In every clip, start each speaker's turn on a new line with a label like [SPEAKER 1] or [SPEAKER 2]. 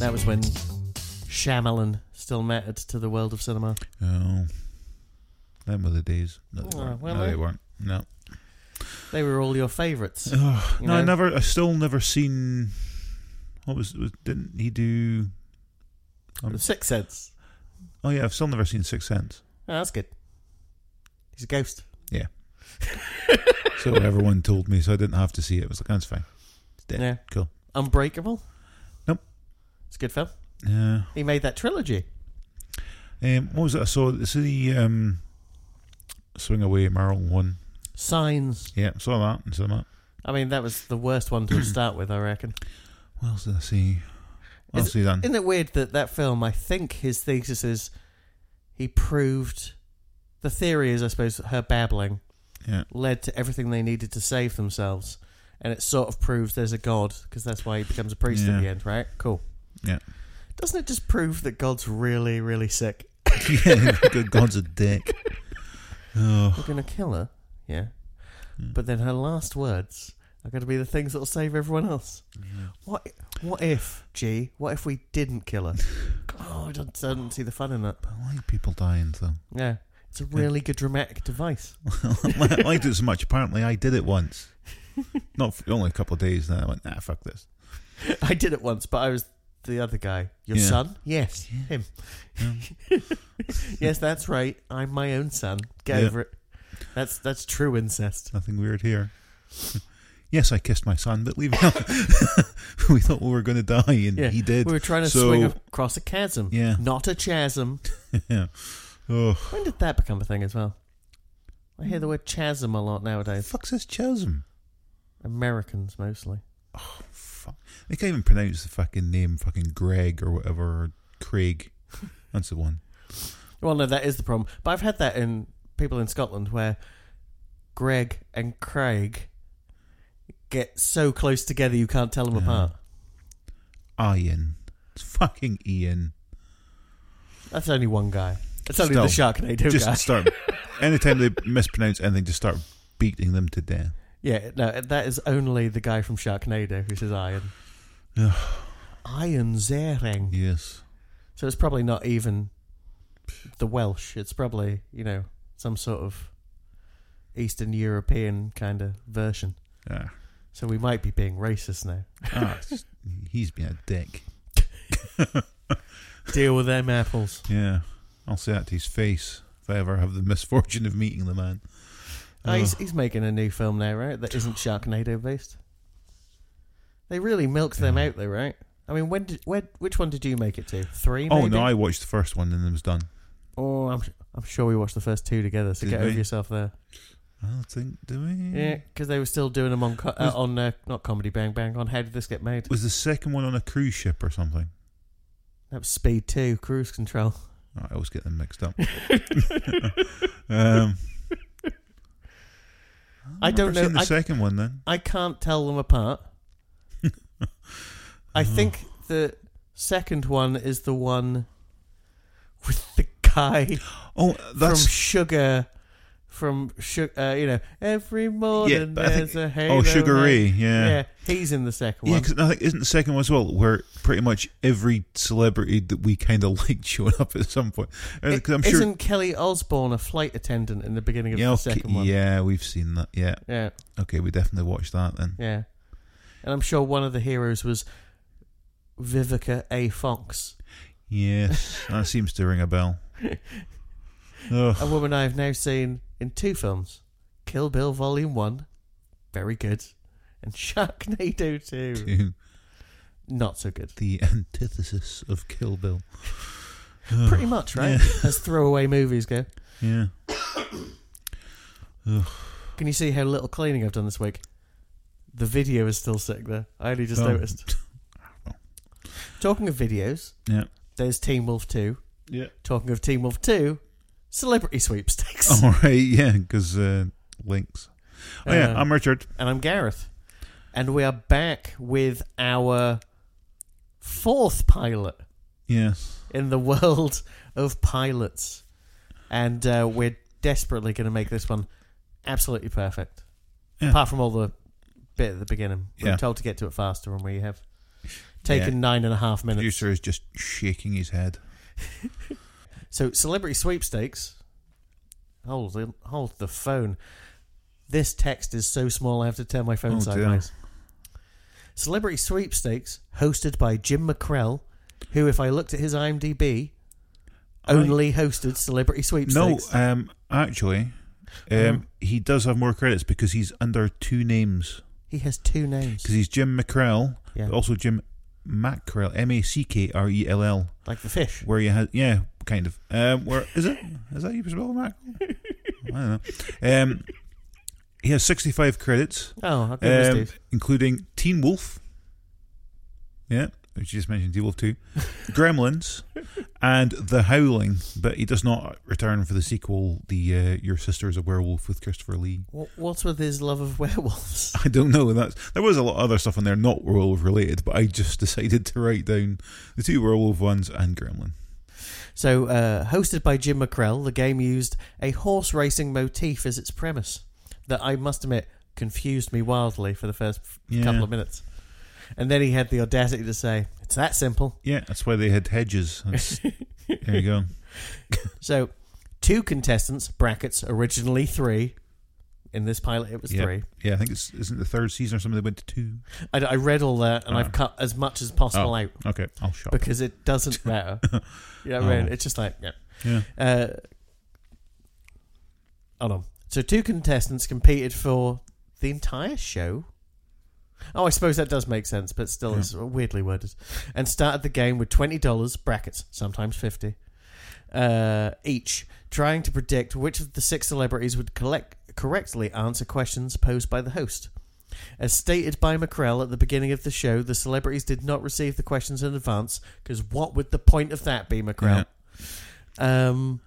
[SPEAKER 1] That was when Shyamalan still mattered to the world of cinema.
[SPEAKER 2] Oh, them were the days. No, they
[SPEAKER 1] Oh,
[SPEAKER 2] weren't.
[SPEAKER 1] well,
[SPEAKER 2] no,
[SPEAKER 1] they-
[SPEAKER 2] they weren't. No.
[SPEAKER 1] They were all your favourites.
[SPEAKER 2] Ugh,
[SPEAKER 1] You
[SPEAKER 2] no, I
[SPEAKER 1] know?
[SPEAKER 2] never. I still never seen. What was, was? Didn't he do?
[SPEAKER 1] The Sixth Sense.
[SPEAKER 2] Oh yeah, I've still never seen Six Sense.
[SPEAKER 1] Oh, that's good. He's a ghost.
[SPEAKER 2] So everyone told me, so I didn't have to see it. It was like that's fine. It's dead.
[SPEAKER 1] Yeah.
[SPEAKER 2] Cool.
[SPEAKER 1] Unbreakable.
[SPEAKER 2] Nope.
[SPEAKER 1] It's a good film.
[SPEAKER 2] Yeah.
[SPEAKER 1] He made that trilogy.
[SPEAKER 2] Um, what was it I saw? It's the um, Swing Away Merle one.
[SPEAKER 1] Signs.
[SPEAKER 2] Yeah, saw that and saw that.
[SPEAKER 1] I mean, that was the worst one to start with, I reckon.
[SPEAKER 2] What else did I see? What
[SPEAKER 1] Is
[SPEAKER 2] else did I done?
[SPEAKER 1] Isn't it weird that that film, I think his thesis is he proved the theory is, I suppose, that her babbling
[SPEAKER 2] Yeah.
[SPEAKER 1] led to everything they needed to save themselves. And it sort of proves there's a God because that's why he becomes a priest
[SPEAKER 2] Yeah.
[SPEAKER 1] at the end, right? Cool.
[SPEAKER 2] Yeah.
[SPEAKER 1] Doesn't it just prove that God's really, really sick?
[SPEAKER 2] yeah, good God's a dick. Oh,
[SPEAKER 1] We're going to kill her. Yeah.
[SPEAKER 2] Hmm.
[SPEAKER 1] But then her last words are going to be the things that will save everyone else. What What if, G, what if we didn't kill her? Oh, I don't, I don't see the fun in it.
[SPEAKER 2] I like people dying though.
[SPEAKER 1] Yeah. It's a really good dramatic device.
[SPEAKER 2] I liked it so much. Apparently, I did it once. Not for only a couple of days. Then I went, nah, fuck this.
[SPEAKER 1] I did it once, but I was the other guy. Your
[SPEAKER 2] Yeah. Um,
[SPEAKER 1] son? Yes, him. yes, that's right. I'm my own son. Get
[SPEAKER 2] Yeah.
[SPEAKER 1] over it. That's that's true incest.
[SPEAKER 2] Nothing weird here. yes, I kissed my son, but leave him. we thought we were going to die, and
[SPEAKER 1] Yeah,
[SPEAKER 2] he did.
[SPEAKER 1] We were trying to
[SPEAKER 2] So-
[SPEAKER 1] swing across a chasm,
[SPEAKER 2] Yeah.
[SPEAKER 1] not a chasm.
[SPEAKER 2] yeah. Oh,
[SPEAKER 1] When did that become a thing as well? I hear the word chasm a lot nowadays.
[SPEAKER 2] fuck's this chasm?
[SPEAKER 1] Americans mostly.
[SPEAKER 2] Fuck. They can't even pronounce the fucking name, fucking Greg or whatever, or Craig. That's the one.
[SPEAKER 1] Well, no, that is the problem. But I've had that in people in Scotland where Greg and Craig get so close together you can't tell them apart.
[SPEAKER 2] Ian. It's fucking Ian.
[SPEAKER 1] That's only one guy. That's only the
[SPEAKER 2] Still,
[SPEAKER 1] Sharknado
[SPEAKER 2] just
[SPEAKER 1] guy.
[SPEAKER 2] start. Anytime they mispronounce anything, just start beating them to death.
[SPEAKER 1] Yeah, no, that is only the guy from Sharknado who says iron.
[SPEAKER 2] Ugh.
[SPEAKER 1] Iron Zering.
[SPEAKER 2] Yes.
[SPEAKER 1] So it's probably not even the Welsh. It's probably, you know, some sort of Eastern European kind of version.
[SPEAKER 2] Ah.
[SPEAKER 1] So we might be being racist now.
[SPEAKER 2] Ah, it's just- he's been a dick.
[SPEAKER 1] Deal with them apples.
[SPEAKER 2] Yeah. I'll say that to his face if I ever have the misfortune of meeting the man.
[SPEAKER 1] Oh, he's, he's making a new film now, right? That isn't Sharknado based. They really milked them out, though, right? I mean, when did when, which one did you make it to? Three?
[SPEAKER 2] Oh
[SPEAKER 1] maybe?
[SPEAKER 2] no, I watched the first one and it was done.
[SPEAKER 1] Oh, I'm I'm sure we watched the first two together. So
[SPEAKER 2] Did
[SPEAKER 1] get over
[SPEAKER 2] we?
[SPEAKER 1] yourself there.
[SPEAKER 2] I don't think do we?
[SPEAKER 1] Yeah, because they were still doing them on co- uh,
[SPEAKER 2] Was-
[SPEAKER 1] on uh, not comedy Bang Bang on How Did This Get Made?
[SPEAKER 2] Was the second one on a cruise ship or something?
[SPEAKER 1] That was Speed Two, Cruise Control.
[SPEAKER 2] Oh, I always get them mixed up. um,
[SPEAKER 1] I don't
[SPEAKER 2] I've
[SPEAKER 1] know.
[SPEAKER 2] seen the
[SPEAKER 1] I,
[SPEAKER 2] second one then.
[SPEAKER 1] I can't tell them apart. I think
[SPEAKER 2] Uh-huh.
[SPEAKER 1] the second one is the one with the guy
[SPEAKER 2] Oh, that's
[SPEAKER 1] from Sugar. From sugar, uh, you know, every
[SPEAKER 2] yeah.
[SPEAKER 1] morning
[SPEAKER 2] but I
[SPEAKER 1] there's
[SPEAKER 2] think,
[SPEAKER 1] a halo.
[SPEAKER 2] oh, Sugar Ray.
[SPEAKER 1] light.
[SPEAKER 2] Yeah.
[SPEAKER 1] yeah, he's in the second
[SPEAKER 2] Yeah,
[SPEAKER 1] one.
[SPEAKER 2] because I think isn't the second one as well, where pretty much every celebrity that we kind of liked showing up at some point.
[SPEAKER 1] I-
[SPEAKER 2] Because uh, I'm sure.
[SPEAKER 1] Isn't Kelly Osbourne a flight attendant in the beginning of
[SPEAKER 2] yeah,
[SPEAKER 1] the
[SPEAKER 2] okay,
[SPEAKER 1] second one?
[SPEAKER 2] yeah, we've seen that. Yeah,
[SPEAKER 1] yeah,
[SPEAKER 2] okay, we definitely watched that then.
[SPEAKER 1] yeah. And I'm sure one of the heroes was Vivica A. Fox,
[SPEAKER 2] Yes, that seems to ring a bell. Ugh.
[SPEAKER 1] a woman I have now seen in two films: Kill Bill Volume One, very good, and Sharknado Two,
[SPEAKER 2] to
[SPEAKER 1] not so good.
[SPEAKER 2] the antithesis of Kill Bill.
[SPEAKER 1] Pretty much, right? As throwaway movies go.
[SPEAKER 2] Yeah.
[SPEAKER 1] Can you see how little cleaning I've done this week? The video is still sitting there. I only just
[SPEAKER 2] Oh.
[SPEAKER 1] noticed. Talking of videos,
[SPEAKER 2] Yeah.
[SPEAKER 1] there's Teen Wolf 2.
[SPEAKER 2] Yeah.
[SPEAKER 1] Talking of Teen Wolf 2, celebrity sweepstakes.
[SPEAKER 2] All right. Yeah, because uh, links. Oh yeah,
[SPEAKER 1] Uh,
[SPEAKER 2] I'm Richard.
[SPEAKER 1] And I'm Gareth. And we are back with our fourth pilot
[SPEAKER 2] Yes.
[SPEAKER 1] in the world of pilots. And uh, we're desperately going to make this one absolutely perfect.
[SPEAKER 2] Yeah.
[SPEAKER 1] Apart from all the bit at the beginning. We
[SPEAKER 2] Yeah.
[SPEAKER 1] are told to get to it faster and we have taken
[SPEAKER 2] Yeah.
[SPEAKER 1] nine and a half minutes.
[SPEAKER 2] Producer is just shaking his head.
[SPEAKER 1] So, celebrity sweepstakes. Hold the, hold the phone. This text is so small I have to turn my phone
[SPEAKER 2] Oh, dear.
[SPEAKER 1] sideways. Celebrity sweepstakes hosted by Jim McCrell, who, if I looked at his IMDb, only hosted celebrity
[SPEAKER 2] No,
[SPEAKER 1] sweepstakes.
[SPEAKER 2] um, actually,
[SPEAKER 1] Oh.
[SPEAKER 2] um, he does have more credits because he's under two names.
[SPEAKER 1] he has two names.
[SPEAKER 2] Because he's Jim McCrell,
[SPEAKER 1] Yeah,
[SPEAKER 2] but also Jim Mackrell, M A C K R E L L,
[SPEAKER 1] like the fish.
[SPEAKER 2] where you had yeah, kind of. Um, where is it? Is that you spell Mac? I don't know. Um, he has sixty-five credits,
[SPEAKER 1] Oh, how good was
[SPEAKER 2] um,
[SPEAKER 1] Steve?
[SPEAKER 2] including Teen Wolf. Yeah, which you just mentioned Teen Wolf too, Gremlins, and The Howling. But he does not return for the sequel, the uh, Your Sister Is a Werewolf with Christopher Lee.
[SPEAKER 1] What, what's with his love of werewolves?
[SPEAKER 2] I don't know. That's there was a lot of other stuff on there not werewolf related, but I just decided to write down the two werewolf ones and Gremlin.
[SPEAKER 1] So, uh, hosted by Jim McCrell, the game used a horse racing motif as its premise that I must admit confused me wildly for the first f-
[SPEAKER 2] Yeah.
[SPEAKER 1] couple of minutes. And then he had the audacity to say, It's that simple.
[SPEAKER 2] Yeah, that's why they had hedges. That's, there you go.
[SPEAKER 1] So, two contestants, brackets, originally three. In this pilot, it was
[SPEAKER 2] Yeah.
[SPEAKER 1] three.
[SPEAKER 2] Yeah, I think it's isn't it the third season or something. They went to two.
[SPEAKER 1] I, I read all that and I've
[SPEAKER 2] Oh.
[SPEAKER 1] cut as much as possible
[SPEAKER 2] Oh.
[SPEAKER 1] out
[SPEAKER 2] Okay, I'll shop.
[SPEAKER 1] because it doesn't matter. you know what
[SPEAKER 2] Oh.
[SPEAKER 1] I mean? It's just like, yeah.
[SPEAKER 2] Yeah,
[SPEAKER 1] Uh, hold on. So two contestants competed for the entire show. Oh, I suppose that does make sense, but still, it's weirdly worded. And started the game with twenty dollars brackets, sometimes fifty uh, each, trying to predict which of the six celebrities would collect correctly answer questions posed by the host. As stated by McCrell at the beginning of the show, the celebrities did not receive the questions in advance because what would the point of that be, McCrell? Um,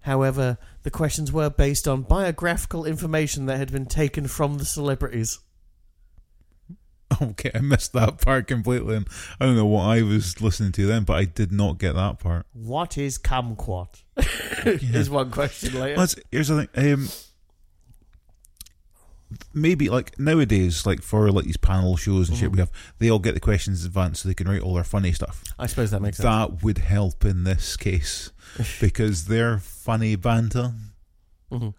[SPEAKER 1] however, the questions were based on biographical information that had been taken from the celebrities.
[SPEAKER 2] okay, I missed that part completely. And I don't know what I was listening to then, but I did not get that part.
[SPEAKER 1] What is kumquat?
[SPEAKER 2] Yeah.
[SPEAKER 1] Is one question later.
[SPEAKER 2] Well, that's- here's the thing. Um, maybe like nowadays, like for like these panel shows and shit,
[SPEAKER 1] Mm-hmm.
[SPEAKER 2] we have they all get the questions in advance so they can write all their funny stuff.
[SPEAKER 1] I suppose that makes sense.
[SPEAKER 2] That would help in this case because their funny banter
[SPEAKER 1] Mhm.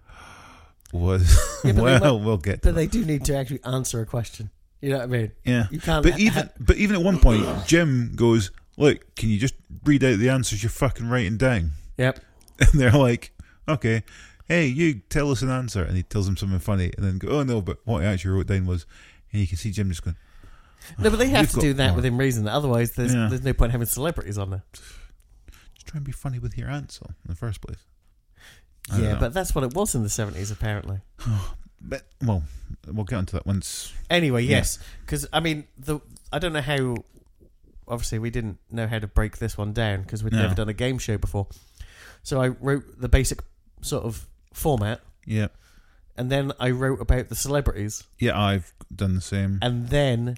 [SPEAKER 2] was
[SPEAKER 1] Yeah, but they
[SPEAKER 2] well, we'll get. To
[SPEAKER 1] But they do need to actually answer a question. You know what I mean?
[SPEAKER 2] that. Yeah,
[SPEAKER 1] You can't.
[SPEAKER 2] but even but even at one point, Jim goes, "Look, can you just read out the answers you're fucking writing down?"
[SPEAKER 1] yep.
[SPEAKER 2] and they're like, okay, hey, you tell us an answer. And he tells them something funny and then go, oh no, but what I actually wrote down was, and you can see Jim just going,
[SPEAKER 1] No, but they have
[SPEAKER 2] You've
[SPEAKER 1] to
[SPEAKER 2] got
[SPEAKER 1] do that
[SPEAKER 2] more.
[SPEAKER 1] within reason. Otherwise, there's
[SPEAKER 2] Yeah.
[SPEAKER 1] there's no point having celebrities on there.
[SPEAKER 2] just try and be funny with your answer in the first place. I don't
[SPEAKER 1] Yeah,
[SPEAKER 2] know.
[SPEAKER 1] but that's what it was in the seventies, apparently.
[SPEAKER 2] But, well, we'll get onto that once.
[SPEAKER 1] Anyway,
[SPEAKER 2] Yeah.
[SPEAKER 1] yes, because I mean, the I don't know how. Obviously, we didn't know how to break this one down because we'd
[SPEAKER 2] No.
[SPEAKER 1] never done a game show before. So I wrote the basic sort of format,
[SPEAKER 2] Yeah,
[SPEAKER 1] and then I wrote about the celebrities,
[SPEAKER 2] yeah, I've done the same.
[SPEAKER 1] and then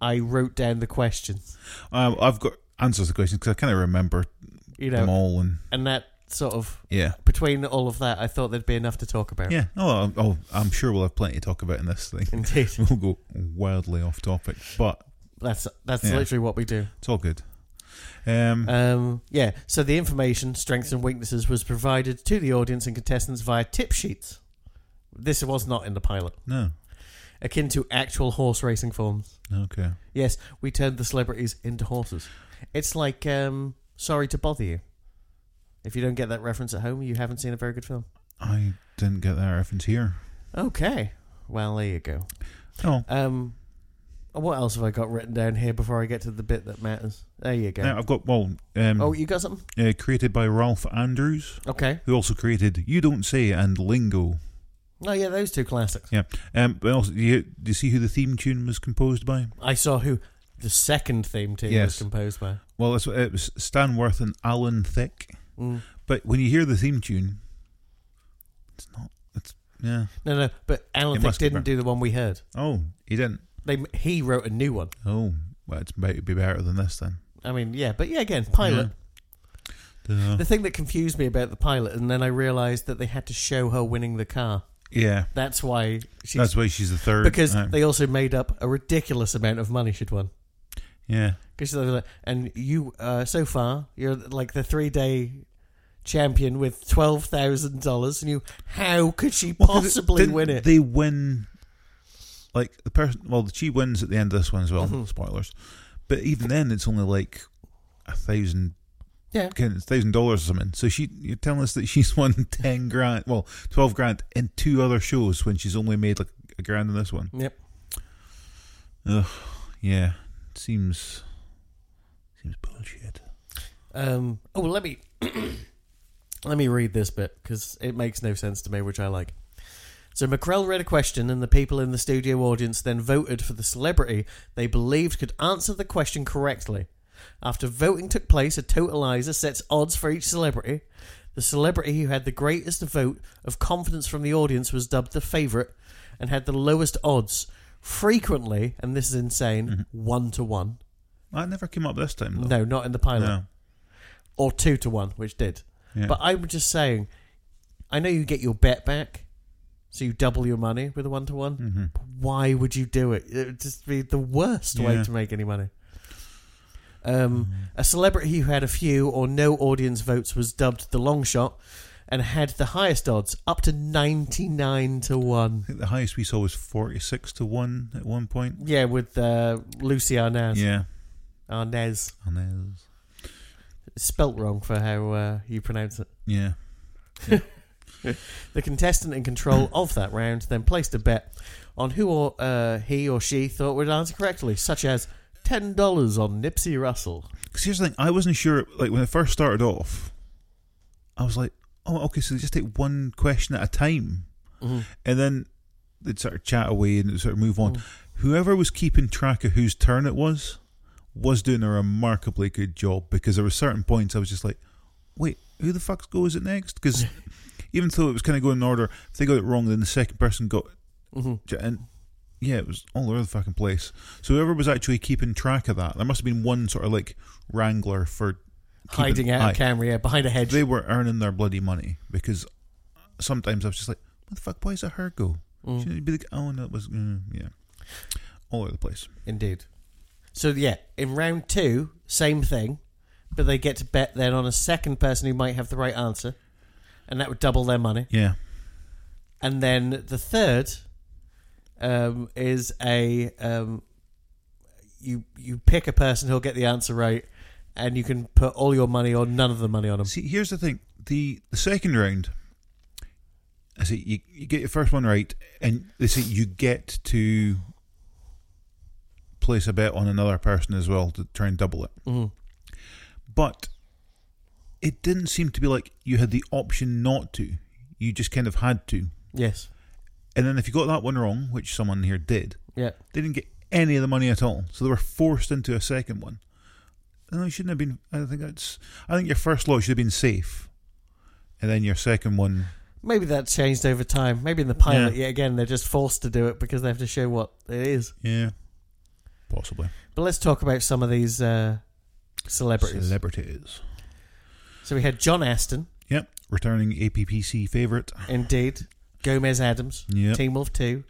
[SPEAKER 1] I wrote down the questions.
[SPEAKER 2] Um, I've got answers to questions because I kind of remember
[SPEAKER 1] You
[SPEAKER 2] them
[SPEAKER 1] know,
[SPEAKER 2] all and
[SPEAKER 1] and that sort of
[SPEAKER 2] yeah,
[SPEAKER 1] between all of that, I thought there'd be enough to talk about.
[SPEAKER 2] yeah. Oh, I'm- oh, I'm sure we'll have plenty to talk about in this thing.
[SPEAKER 1] Indeed,
[SPEAKER 2] We'll go wildly off topic, but
[SPEAKER 1] that's that's
[SPEAKER 2] Yeah.
[SPEAKER 1] literally what we do.
[SPEAKER 2] it's all good. Um,
[SPEAKER 1] Um, yeah, so the information, strengths and weaknesses was provided to the audience and contestants via tip sheets. This was not in the pilot,
[SPEAKER 2] no,
[SPEAKER 1] akin to actual horse racing forms.
[SPEAKER 2] okay.
[SPEAKER 1] Yes, we turned the celebrities into horses. It's like um, Sorry to Bother You. If you don't get that reference at home, you haven't seen a very good film.
[SPEAKER 2] I didn't get that reference here.
[SPEAKER 1] Okay, well, there you go.
[SPEAKER 2] Oh,
[SPEAKER 1] Um, what else have I got written down here before I get to the bit that matters? There you go.
[SPEAKER 2] now I've got well, um,
[SPEAKER 1] Oh, you got something?
[SPEAKER 2] uh, created by Ralph Andrews,
[SPEAKER 1] Okay.
[SPEAKER 2] who also created "You Don't Say" and "Lingo."
[SPEAKER 1] Oh, yeah, those two classics.
[SPEAKER 2] Yeah, um, but also, do you, do you see who the theme tune was composed by?
[SPEAKER 1] I saw who the second theme tune was
[SPEAKER 2] Yes.
[SPEAKER 1] composed by.
[SPEAKER 2] Well, that's, it was Stan Worth and Alan Thicke.
[SPEAKER 1] Mm.
[SPEAKER 2] But when you hear the theme tune, it's not. It's yeah.
[SPEAKER 1] No, no, but
[SPEAKER 2] It
[SPEAKER 1] Alan Thicke
[SPEAKER 2] must be
[SPEAKER 1] didn't
[SPEAKER 2] Bra-
[SPEAKER 1] do the one we heard.
[SPEAKER 2] Oh, he didn't.
[SPEAKER 1] They he wrote a new one.
[SPEAKER 2] Oh, well, it's might be better than this then.
[SPEAKER 1] I mean, yeah, but yeah, again, pilot.
[SPEAKER 2] Duh.
[SPEAKER 1] The thing that confused me about the pilot, and then I realised that they had to show her winning the car.
[SPEAKER 2] yeah,
[SPEAKER 1] That's why she's
[SPEAKER 2] that's why she's the third.
[SPEAKER 1] because
[SPEAKER 2] uh,
[SPEAKER 1] they also made up a ridiculous amount of money she'd won.
[SPEAKER 2] Yeah.
[SPEAKER 1] Because they'll be like, and you, uh, so far, you're like the three day champion with twelve thousand dollars, and you, how could she
[SPEAKER 2] Well, 'cause
[SPEAKER 1] possibly
[SPEAKER 2] didn't
[SPEAKER 1] win it?
[SPEAKER 2] They win, like the person. Well, she wins at the end of this one as well.
[SPEAKER 1] Mm-hmm.
[SPEAKER 2] Spoilers, but even then, it's only like a thousand.
[SPEAKER 1] Yeah.
[SPEAKER 2] thousand dollars or something. So she, you're telling us that she's won ten grand, well, twelve grand in two other shows when she's only made like a grand in this one.
[SPEAKER 1] yep.
[SPEAKER 2] Yeah, seems seems bullshit.
[SPEAKER 1] Um, oh, let me let me read this bit because it makes no sense to me, which I like. So McCrell read a question, and the people in the studio audience then voted for the celebrity they believed could answer the question correctly. After voting took place, a totalizer sets odds for each celebrity. The celebrity who had the greatest vote of confidence from the audience was dubbed the favourite and had the lowest odds. Frequently, and this is insane, one to one.
[SPEAKER 2] That never came up this time though.
[SPEAKER 1] No, not in the pilot
[SPEAKER 2] No.
[SPEAKER 1] or two to one, which did.
[SPEAKER 2] Yeah.
[SPEAKER 1] But I'm just saying, I know you get your bet back, so you double your money with a one to
[SPEAKER 2] Mm. Mm-hmm.
[SPEAKER 1] one. Why would you do it? It would just be the worst way
[SPEAKER 2] Yeah. Mm.
[SPEAKER 1] to make any money. Um, A celebrity who had a few or no audience votes was dubbed the long shot and had the highest odds, up to 99 to 1.
[SPEAKER 2] I think the highest we saw was forty six to one at one point.
[SPEAKER 1] Yeah, with uh, Lucy Arnaz.
[SPEAKER 2] Yeah,
[SPEAKER 1] Arnaz.
[SPEAKER 2] and there's
[SPEAKER 1] It's spelt wrong for how uh, you pronounce it.
[SPEAKER 2] yeah.
[SPEAKER 1] The contestant in control of that round then placed a bet on who or uh, he or she thought would answer correctly, such as ten dollars on Nipsey Russell.
[SPEAKER 2] Because here's the thing, I wasn't sure. Like when it first started off, I was like, "Oh, okay, so they just take one question at a time,"
[SPEAKER 1] Mm-hmm.
[SPEAKER 2] and then they'd sort of chat away and it'd sort of move on.
[SPEAKER 1] Mm.
[SPEAKER 2] Whoever was keeping track of whose turn it was was doing a remarkably good job because there were certain points I was just like, "Wait, who the fuck's go is it next?" Because even though it was kind of going in order, if they got it wrong, then the second person got
[SPEAKER 1] Mm-hmm.
[SPEAKER 2] j- and. Yeah, it was all over the fucking place. So whoever was actually keeping track of that, there must have been one sort of like wrangler for keeping-
[SPEAKER 1] hiding out
[SPEAKER 2] Aye.
[SPEAKER 1] of camera, yeah, behind a hedge.
[SPEAKER 2] They were earning their bloody money because sometimes I was just like, "What the fuck? Why is that her go?" She'd be like, "Oh no, it was mm, yeah." All over the place.
[SPEAKER 1] Indeed. So yeah, in round two, same thing, but they get to bet then on a second person who might have the right answer, and that would double their money.
[SPEAKER 2] Yeah,
[SPEAKER 1] And then the third um, is a um, you you pick a person who'll get the answer right, and you can put all your money or none of the money on them.
[SPEAKER 2] See, here's the thing: the the second round, I say you, you get your first one right, and they say you get to place a bet on another person as well to try and double it. But it didn't seem to be like you had the option not to; you just kind of had to.
[SPEAKER 1] Yes.
[SPEAKER 2] And then if you got that one wrong, which someone here did,
[SPEAKER 1] Yeah.
[SPEAKER 2] they didn't get any of the money at all, so they were forced into a second one. And they shouldn't have been. I think that's. I think your first lot should have been safe, and then your second one.
[SPEAKER 1] Maybe that changed over time. Maybe in the pilot, yet again, they're just forced to do it because they have to show what it is.
[SPEAKER 2] Yeah, possibly
[SPEAKER 1] But let's talk about some of these uh, celebrities.
[SPEAKER 2] celebrities.
[SPEAKER 1] so we had John Aston,
[SPEAKER 2] Yep, returning APPC favorite.
[SPEAKER 1] indeed, Gomez Adams,
[SPEAKER 2] Yep.
[SPEAKER 1] Team Wolf 2,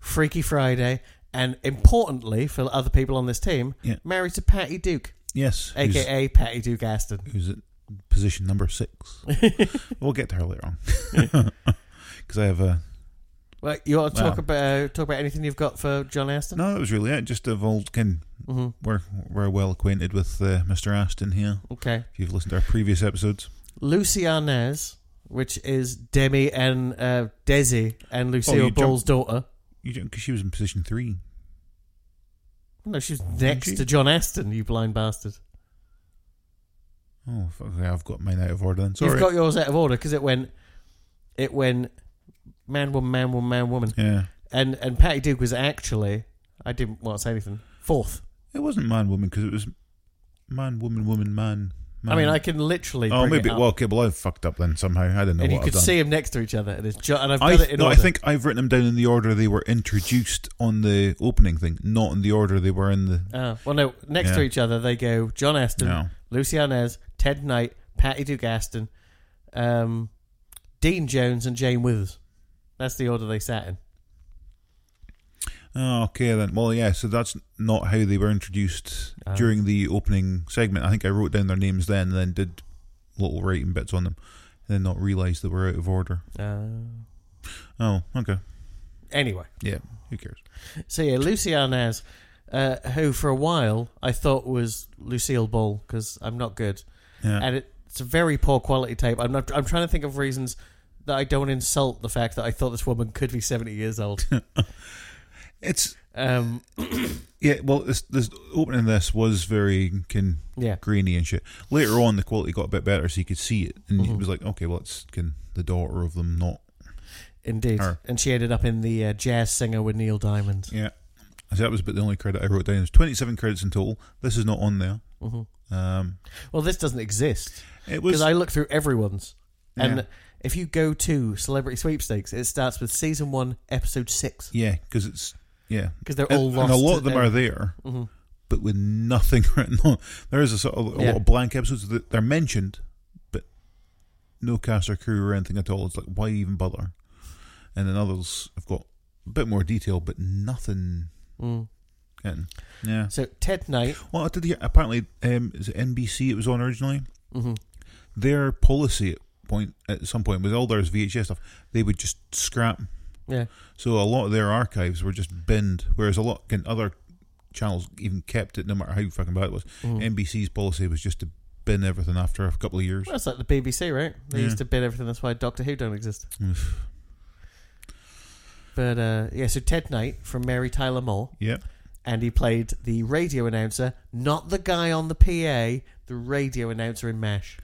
[SPEAKER 1] Freaky Friday, and importantly for other people on this team,
[SPEAKER 2] Yeah.
[SPEAKER 1] married to Patty Duke,
[SPEAKER 2] Yes, who's-
[SPEAKER 1] aka Patty Duke Aston.
[SPEAKER 2] who's at position number six. we'll get to her later on, because I have a.
[SPEAKER 1] Well, you want to talk
[SPEAKER 2] Wow.
[SPEAKER 1] about uh, talk about anything you've got for John Aston? Mm-hmm.
[SPEAKER 2] No, that was really it. Just of old kind. We're we're well acquainted with uh, Mr. Ashton here.
[SPEAKER 1] Okay.
[SPEAKER 2] If you've listened to our previous episodes,
[SPEAKER 1] Lucy Arnaz, which is Demi and uh, Desi and Lucille
[SPEAKER 2] Oh, you
[SPEAKER 1] Ball's daughter.
[SPEAKER 2] you because she was in position three.
[SPEAKER 1] No, she's next
[SPEAKER 2] she?
[SPEAKER 1] to John Aston, you blind bastard.
[SPEAKER 2] Oh, fuck, okay, I've got mine out of order. Then sorry.
[SPEAKER 1] You've got yours out of order because it went, it went, man, woman, man, woman, man, woman,
[SPEAKER 2] yeah,
[SPEAKER 1] and and Patty Duke was actually, I didn't want to say anything. Fourth.
[SPEAKER 2] it wasn't man woman because it was man woman woman man. man.
[SPEAKER 1] I mean, I can literally.
[SPEAKER 2] oh
[SPEAKER 1] bring
[SPEAKER 2] maybe
[SPEAKER 1] it up,
[SPEAKER 2] well okay, well I fucked up then somehow. I don't know
[SPEAKER 1] and you
[SPEAKER 2] what
[SPEAKER 1] could
[SPEAKER 2] I've done.
[SPEAKER 1] see them next to each other, and it's jo- and I've
[SPEAKER 2] I,
[SPEAKER 1] got it in
[SPEAKER 2] no, I
[SPEAKER 1] order.
[SPEAKER 2] think I've written them down in the order they were introduced on the opening thing, not in the order they were in the.
[SPEAKER 1] Oh, well, no, next to
[SPEAKER 2] Yeah.
[SPEAKER 1] each other they go John Aston,
[SPEAKER 2] No.
[SPEAKER 1] Lucy Arnaz, Ted Knight, Patty Duke Aston, um, Dean Jones, and Jane Withers. That's the order they sat in.
[SPEAKER 2] Oh, okay then. Well, yeah. So that's not how they were introduced
[SPEAKER 1] Ah.
[SPEAKER 2] during the opening segment. I think I wrote down their names then, and then did little writing bits on them, and then not realised that we're out of order.
[SPEAKER 1] Uh,
[SPEAKER 2] Oh, okay.
[SPEAKER 1] anyway,
[SPEAKER 2] Yeah. Who cares?
[SPEAKER 1] so yeah, Lucy Arnaz, uh, who for a while I thought was Lucille Ball because I'm not good,
[SPEAKER 2] Yeah.
[SPEAKER 1] and it, it's a very poor quality tape. I'm not. I'm trying to think of reasons that I don't insult the fact that I thought this woman could be 70 years old.
[SPEAKER 2] it's
[SPEAKER 1] um,
[SPEAKER 2] yeah. Well, this this opening of this was very can
[SPEAKER 1] yeah,
[SPEAKER 2] grainy and shit. Later on, the quality got a bit better, so you could see it, and
[SPEAKER 1] Mhm.
[SPEAKER 2] it was like, okay, well, it's can the daughter of them not?
[SPEAKER 1] indeed.
[SPEAKER 2] Her.
[SPEAKER 1] And she ended up in the uh, jazz singer with Neil Diamond.
[SPEAKER 2] Yeah. So that was about the only credit I wrote down. There's 27 credits in total. This is not on there.
[SPEAKER 1] hmm
[SPEAKER 2] Um,
[SPEAKER 1] Well, this doesn't exist
[SPEAKER 2] it
[SPEAKER 1] because
[SPEAKER 2] was
[SPEAKER 1] I looked through everyone's, and
[SPEAKER 2] Yeah.
[SPEAKER 1] if you go to Celebrity Sweepstakes, it starts with season one, episode six,
[SPEAKER 2] Yeah, because it's yeah,
[SPEAKER 1] because they're all
[SPEAKER 2] and,
[SPEAKER 1] lost.
[SPEAKER 2] and a lot of them are there,
[SPEAKER 1] Mhm.
[SPEAKER 2] but with nothing written on. There is a sort of a
[SPEAKER 1] Yeah.
[SPEAKER 2] lot of blank episodes that they're mentioned, but no cast or crew or anything at all. It's like why even bother? And then others have got a bit more detail, but nothing.
[SPEAKER 1] Mm.
[SPEAKER 2] Getting. Yeah.
[SPEAKER 1] So Ted Knight,
[SPEAKER 2] Well, I did hear apparently um, is it NBC it was on originally.
[SPEAKER 1] hmm
[SPEAKER 2] Their policy at point at some point was all theirs VHS stuff. They would just scrap
[SPEAKER 1] yeah,
[SPEAKER 2] So a lot of their archives were just binned, whereas a lot and other channels even kept it, no matter how fucking bad it was.
[SPEAKER 1] Mhm.
[SPEAKER 2] NBC's policy was just to bin everything after a couple of years.
[SPEAKER 1] well, it's like the BBC, right? They
[SPEAKER 2] Yeah.
[SPEAKER 1] used to bid everything. That's why Doctor Who don't exist.
[SPEAKER 2] Oof.
[SPEAKER 1] But uh, yeah, so Ted Knight from Mary Tyler Moore,
[SPEAKER 2] yeah,
[SPEAKER 1] and he played the radio announcer, not the guy on the PA, the radio announcer in Mash.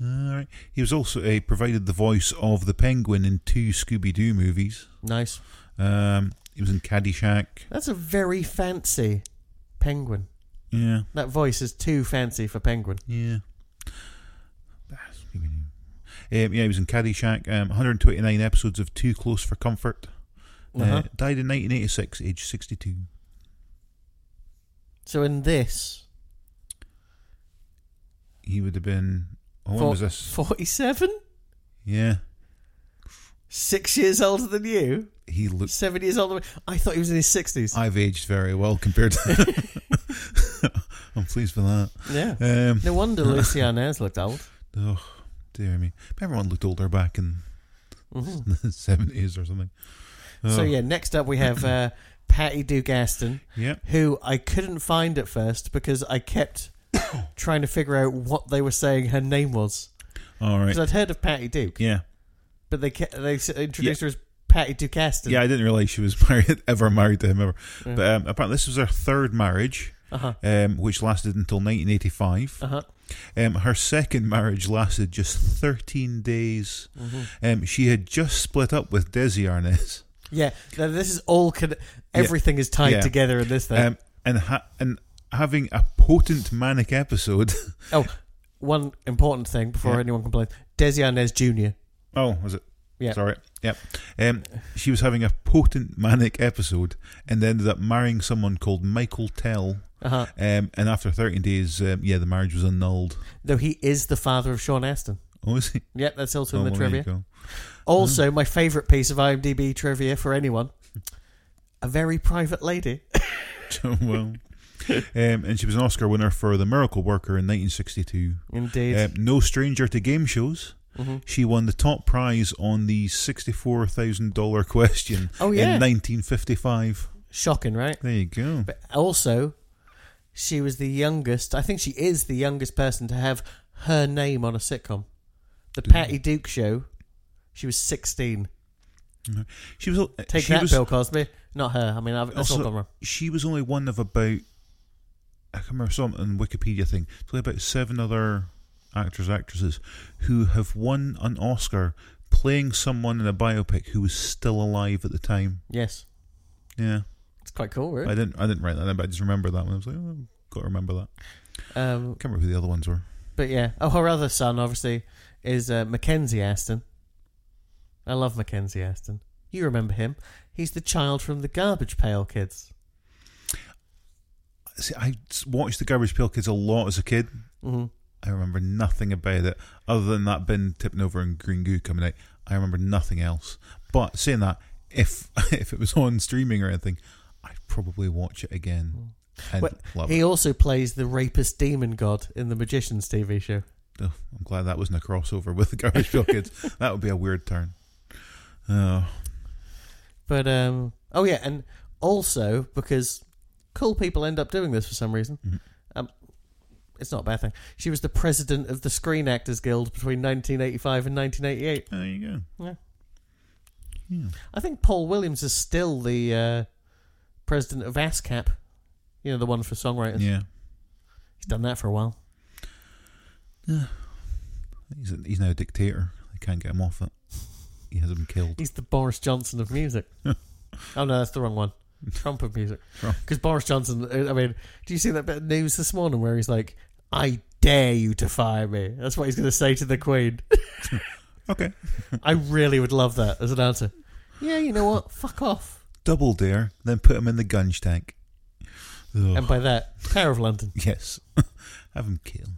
[SPEAKER 2] all right. He was also uh, provided the voice of the Penguin in two Scooby Doo movies.
[SPEAKER 1] Nice.
[SPEAKER 2] Um, he was in Caddyshack.
[SPEAKER 1] That's a very fancy penguin.
[SPEAKER 2] Yeah,
[SPEAKER 1] That voice is too fancy for penguin.
[SPEAKER 2] yeah. Ah, Scooby-Doo. Um, yeah, he was in Caddyshack. Um, 129 episodes of Too Close for Comfort. Uh,
[SPEAKER 1] Uh-huh.
[SPEAKER 2] died in 1986, age 62.
[SPEAKER 1] So in this,
[SPEAKER 2] he would have been. Oh, when
[SPEAKER 1] For-
[SPEAKER 2] was this?
[SPEAKER 1] forty-seven,
[SPEAKER 2] Yeah,
[SPEAKER 1] six years older than you,
[SPEAKER 2] he looks.
[SPEAKER 1] seven years older. than- I thought he was in his sixties.
[SPEAKER 2] I've aged very well compared to. I'm pleased with that.
[SPEAKER 1] Yeah.
[SPEAKER 2] Um,
[SPEAKER 1] No wonder Lucy Arnaz looked old.
[SPEAKER 2] oh dear me, everyone looked older back in
[SPEAKER 1] Mhm.
[SPEAKER 2] the seventies or something.
[SPEAKER 1] So
[SPEAKER 2] Oh,
[SPEAKER 1] yeah, next up we have uh, Patty Dugaston,
[SPEAKER 2] yeah,
[SPEAKER 1] who I couldn't find at first because I kept trying to figure out what they were saying her name was
[SPEAKER 2] all right,
[SPEAKER 1] because I'd heard of Patty Duke,
[SPEAKER 2] yeah,
[SPEAKER 1] but they kept, they s- introduced her as Patty Dugaston.
[SPEAKER 2] yeah. I didn't realize she was married, ever married to him ever.
[SPEAKER 1] Yeah.
[SPEAKER 2] But um, apparently, this was her third marriage,
[SPEAKER 1] Uh-huh.
[SPEAKER 2] um, which lasted until 1985.
[SPEAKER 1] Uh-huh.
[SPEAKER 2] Um, her second marriage lasted just 13 days.
[SPEAKER 1] Mhm.
[SPEAKER 2] Um, she had just split up with Desi Arnaz.
[SPEAKER 1] Yeah, th- this is all con- everything is tied
[SPEAKER 2] Yeah.
[SPEAKER 1] together in this thing.
[SPEAKER 2] um, and ha- and having a potent manic episode.
[SPEAKER 1] oh, one important thing before
[SPEAKER 2] Yeah.
[SPEAKER 1] anyone complains: Desi Arnaz Jr.
[SPEAKER 2] oh, was it?
[SPEAKER 1] Yeah.
[SPEAKER 2] Sorry. Yep. Um, she was having a potent manic episode and ended up marrying someone called Michael Tell.
[SPEAKER 1] Uh-huh.
[SPEAKER 2] Um, and after 13 days, um, yeah, the marriage was annulled.
[SPEAKER 1] Though he is the father of Sean Aston.
[SPEAKER 2] Oh, is he?
[SPEAKER 1] Yep, that's also in
[SPEAKER 2] Oh,
[SPEAKER 1] the
[SPEAKER 2] well, there
[SPEAKER 1] trivia.
[SPEAKER 2] you go.
[SPEAKER 1] Also, my favourite piece of IMDb trivia for anyone: a very private lady.
[SPEAKER 2] So, Oh, well. um, and she was an Oscar winner for The Miracle Worker in 1962.
[SPEAKER 1] Indeed.
[SPEAKER 2] Um, no stranger to game shows.
[SPEAKER 1] Mhm.
[SPEAKER 2] She won the top prize on the $64,000 question
[SPEAKER 1] Oh, yeah.
[SPEAKER 2] in 1955.
[SPEAKER 1] Shocking, right?
[SPEAKER 2] There you go.
[SPEAKER 1] But also, she was the youngest. I think she is the youngest person to have her name on a sitcom. The Patty Duke Show. She was sixteen.
[SPEAKER 2] She was uh,
[SPEAKER 1] Take
[SPEAKER 2] she
[SPEAKER 1] that,
[SPEAKER 2] was,
[SPEAKER 1] Bill Cosby. Not her. I mean, I've, that's all
[SPEAKER 2] Also-
[SPEAKER 1] gone wrong.
[SPEAKER 2] She was only one of about I can remember something on Wikipedia thing. It's only about seven other actors actresses who have won an Oscar playing someone in a biopic who was still alive at the time.
[SPEAKER 1] Yes,
[SPEAKER 2] Yeah,
[SPEAKER 1] it's quite cool,
[SPEAKER 2] I
[SPEAKER 1] right?
[SPEAKER 2] didn't I didn't write that, down, but I just remember that one. I was like, oh, got to remember that.
[SPEAKER 1] Um,
[SPEAKER 2] can't remember who the other ones were.
[SPEAKER 1] but yeah. Oh, her other son, obviously, is uh, Mackenzie Aston. I love Mackenzie Aston. You remember him? He's the child from the Garbage Pail Kids.
[SPEAKER 2] See, I watched the Garbage Pail Kids a lot as a kid.
[SPEAKER 1] hmm
[SPEAKER 2] I remember nothing about it other than that bin tipping over and green goo coming out. I remember nothing else. But saying that, if if it was on streaming or anything, I'd probably watch it again
[SPEAKER 1] Mm.
[SPEAKER 2] and
[SPEAKER 1] Well,
[SPEAKER 2] love
[SPEAKER 1] He
[SPEAKER 2] it.
[SPEAKER 1] also plays the rapist demon god in the Magicians TV show.
[SPEAKER 2] Oh, I'm glad that wasn't a crossover with the Garbage Pail Kids. That would be a weird turn. Oh,
[SPEAKER 1] But um, oh yeah, and also because cool people end up doing this for some reason.
[SPEAKER 2] Mhm.
[SPEAKER 1] Um, it's not a bad thing. She was the president of the Screen Actors Guild between 1985 and 1988.
[SPEAKER 2] there you go.
[SPEAKER 1] Yeah.
[SPEAKER 2] Yeah.
[SPEAKER 1] I think Paul Williams is still the uh, president of ASCAP. You know, the one for songwriters.
[SPEAKER 2] Yeah.
[SPEAKER 1] He's done that for a while.
[SPEAKER 2] He's, a, he's now a dictator. They can't get him off it. He has him killed.
[SPEAKER 1] He's the Boris Johnson of music. oh no, that's the wrong one. Trump of music.
[SPEAKER 2] Trump.
[SPEAKER 1] Because Boris Johnson, uh, I mean, do you see that bit of news this morning where he's like, "I dare you to fire me." That's what he's going to say to the Queen.
[SPEAKER 2] Okay.
[SPEAKER 1] I really would love that as an answer. Yeah, you know what? Fuck off.
[SPEAKER 2] Double dare, then put him in the gunge tank. Ugh.
[SPEAKER 1] And by that, Tower of London.
[SPEAKER 2] yes. Have him killed.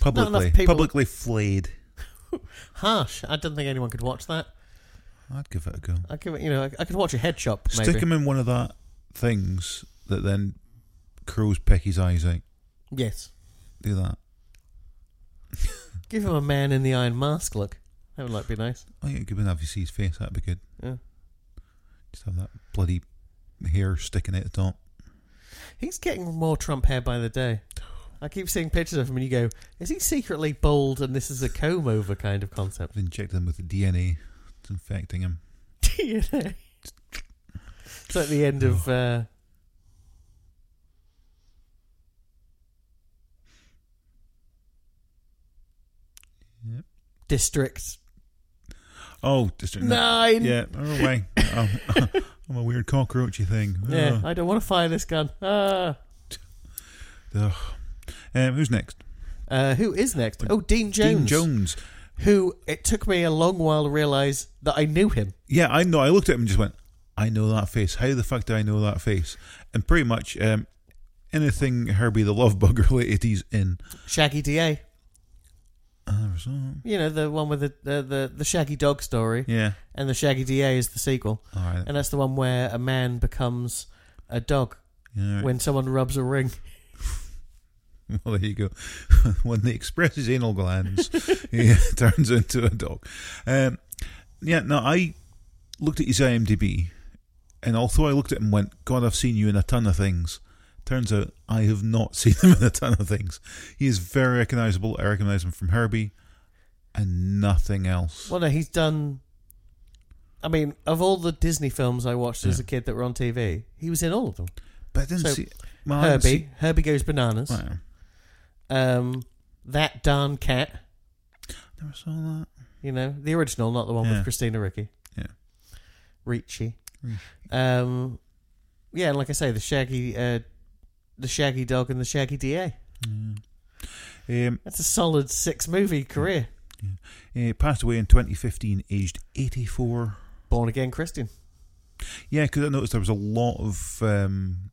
[SPEAKER 1] enough
[SPEAKER 2] Publicly.
[SPEAKER 1] people-
[SPEAKER 2] Publicly flayed.
[SPEAKER 1] Harsh. I don't think anyone could watch that.
[SPEAKER 2] I'd give it a go.
[SPEAKER 1] I could, you know, I could watch a head shop. Maybe.
[SPEAKER 2] Stick him in one of that things that then crows peck his eyes out.
[SPEAKER 1] Yes.
[SPEAKER 2] Do that.
[SPEAKER 1] Give him a man in the iron mask look. That would like be nice.
[SPEAKER 2] Oh yeah, good enough. You see his face. That'd be good.
[SPEAKER 1] Yeah.
[SPEAKER 2] Just have that bloody hair sticking out the top.
[SPEAKER 1] He's getting more Trump hair by the day. I keep seeing pictures of him, and you go, "Is he secretly bald?" And this is a comb-over kind of concept.
[SPEAKER 2] I've injected him with the DNA. It's infecting him.
[SPEAKER 1] DNA. It's like the end of. Uh,
[SPEAKER 2] Yep.
[SPEAKER 1] District
[SPEAKER 2] Oh, just
[SPEAKER 1] nine.
[SPEAKER 2] Yeah, oh, wait. I'm, I'm a weird cockroachy thing.
[SPEAKER 1] Yeah,
[SPEAKER 2] Ugh.
[SPEAKER 1] I don't want to fire this gun. Ah.
[SPEAKER 2] Um, who's next?
[SPEAKER 1] Uh, who is next? Oh, Dean Jones.
[SPEAKER 2] Dean Jones.
[SPEAKER 1] Who it took me a long while to realise that I knew him.
[SPEAKER 2] Yeah, I know. I looked at him and just went, I know that face. How the fuck do I know that face? And pretty much um, anything Herbie the Love Bug related, he's in.
[SPEAKER 1] Shaggy DA.
[SPEAKER 2] And there was, oh,
[SPEAKER 1] You know the one with the the the, the Shaggy dog story,
[SPEAKER 2] yeah.
[SPEAKER 1] and the Shaggy DA is the sequel.
[SPEAKER 2] All right.
[SPEAKER 1] And that's the one where a man becomes a dog
[SPEAKER 2] Yeah, all right.
[SPEAKER 1] when someone rubs a ring.
[SPEAKER 2] Well, there you go. when they express his anal glands, he turns into a dog. Um, yeah, no, I looked at his IMDb, and although I looked at him and went, God, I've seen you in a ton of things, turns out I have not seen him in a ton of things. He is very recognisable. I recognise him from Herbie and nothing else.
[SPEAKER 1] Well, no, he's done. I mean, of all the Disney films I watched as
[SPEAKER 2] Yeah.
[SPEAKER 1] a kid that were on TV, he was in all of them.
[SPEAKER 2] But I didn't
[SPEAKER 1] so,
[SPEAKER 2] see. Well, Oh, I didn't
[SPEAKER 1] Herbie,
[SPEAKER 2] see-
[SPEAKER 1] Herbie goes bananas.
[SPEAKER 2] Wow.
[SPEAKER 1] Um, that darn cat.
[SPEAKER 2] Never saw that.
[SPEAKER 1] You know, the original, not the one
[SPEAKER 2] Yeah.
[SPEAKER 1] with Christina Ricci.
[SPEAKER 2] Yeah.
[SPEAKER 1] Ricci.
[SPEAKER 2] Ricci.
[SPEAKER 1] Um, yeah, and like I say, the Shaggy, uh, the Shaggy dog and the Shaggy DA.
[SPEAKER 2] Yeah. Um,
[SPEAKER 1] That's a solid six movie career.
[SPEAKER 2] he passed away in 2015, aged 84.
[SPEAKER 1] Born again Christian.
[SPEAKER 2] Yeah, because I noticed there was a lot of um,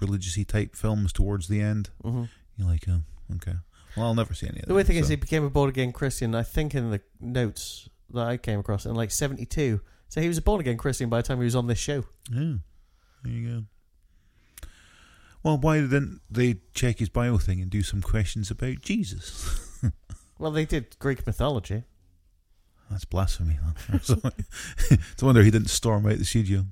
[SPEAKER 2] religious type films towards the end.
[SPEAKER 1] hmm
[SPEAKER 2] You're like, oh, okay. Well, I'll never see any of
[SPEAKER 1] The weird
[SPEAKER 2] them,
[SPEAKER 1] thing is,
[SPEAKER 2] so-
[SPEAKER 1] he became a born again Christian. I think in the notes that I came across in like '72. So he was a born again Christian by the time he was on this show.
[SPEAKER 2] Yeah, there you go. Well, why didn't they check his bio thing and do some questions about Jesus?
[SPEAKER 1] Well, they did Greek mythology.
[SPEAKER 2] That's blasphemy. Huh? it's a wonder he didn't storm out the studio.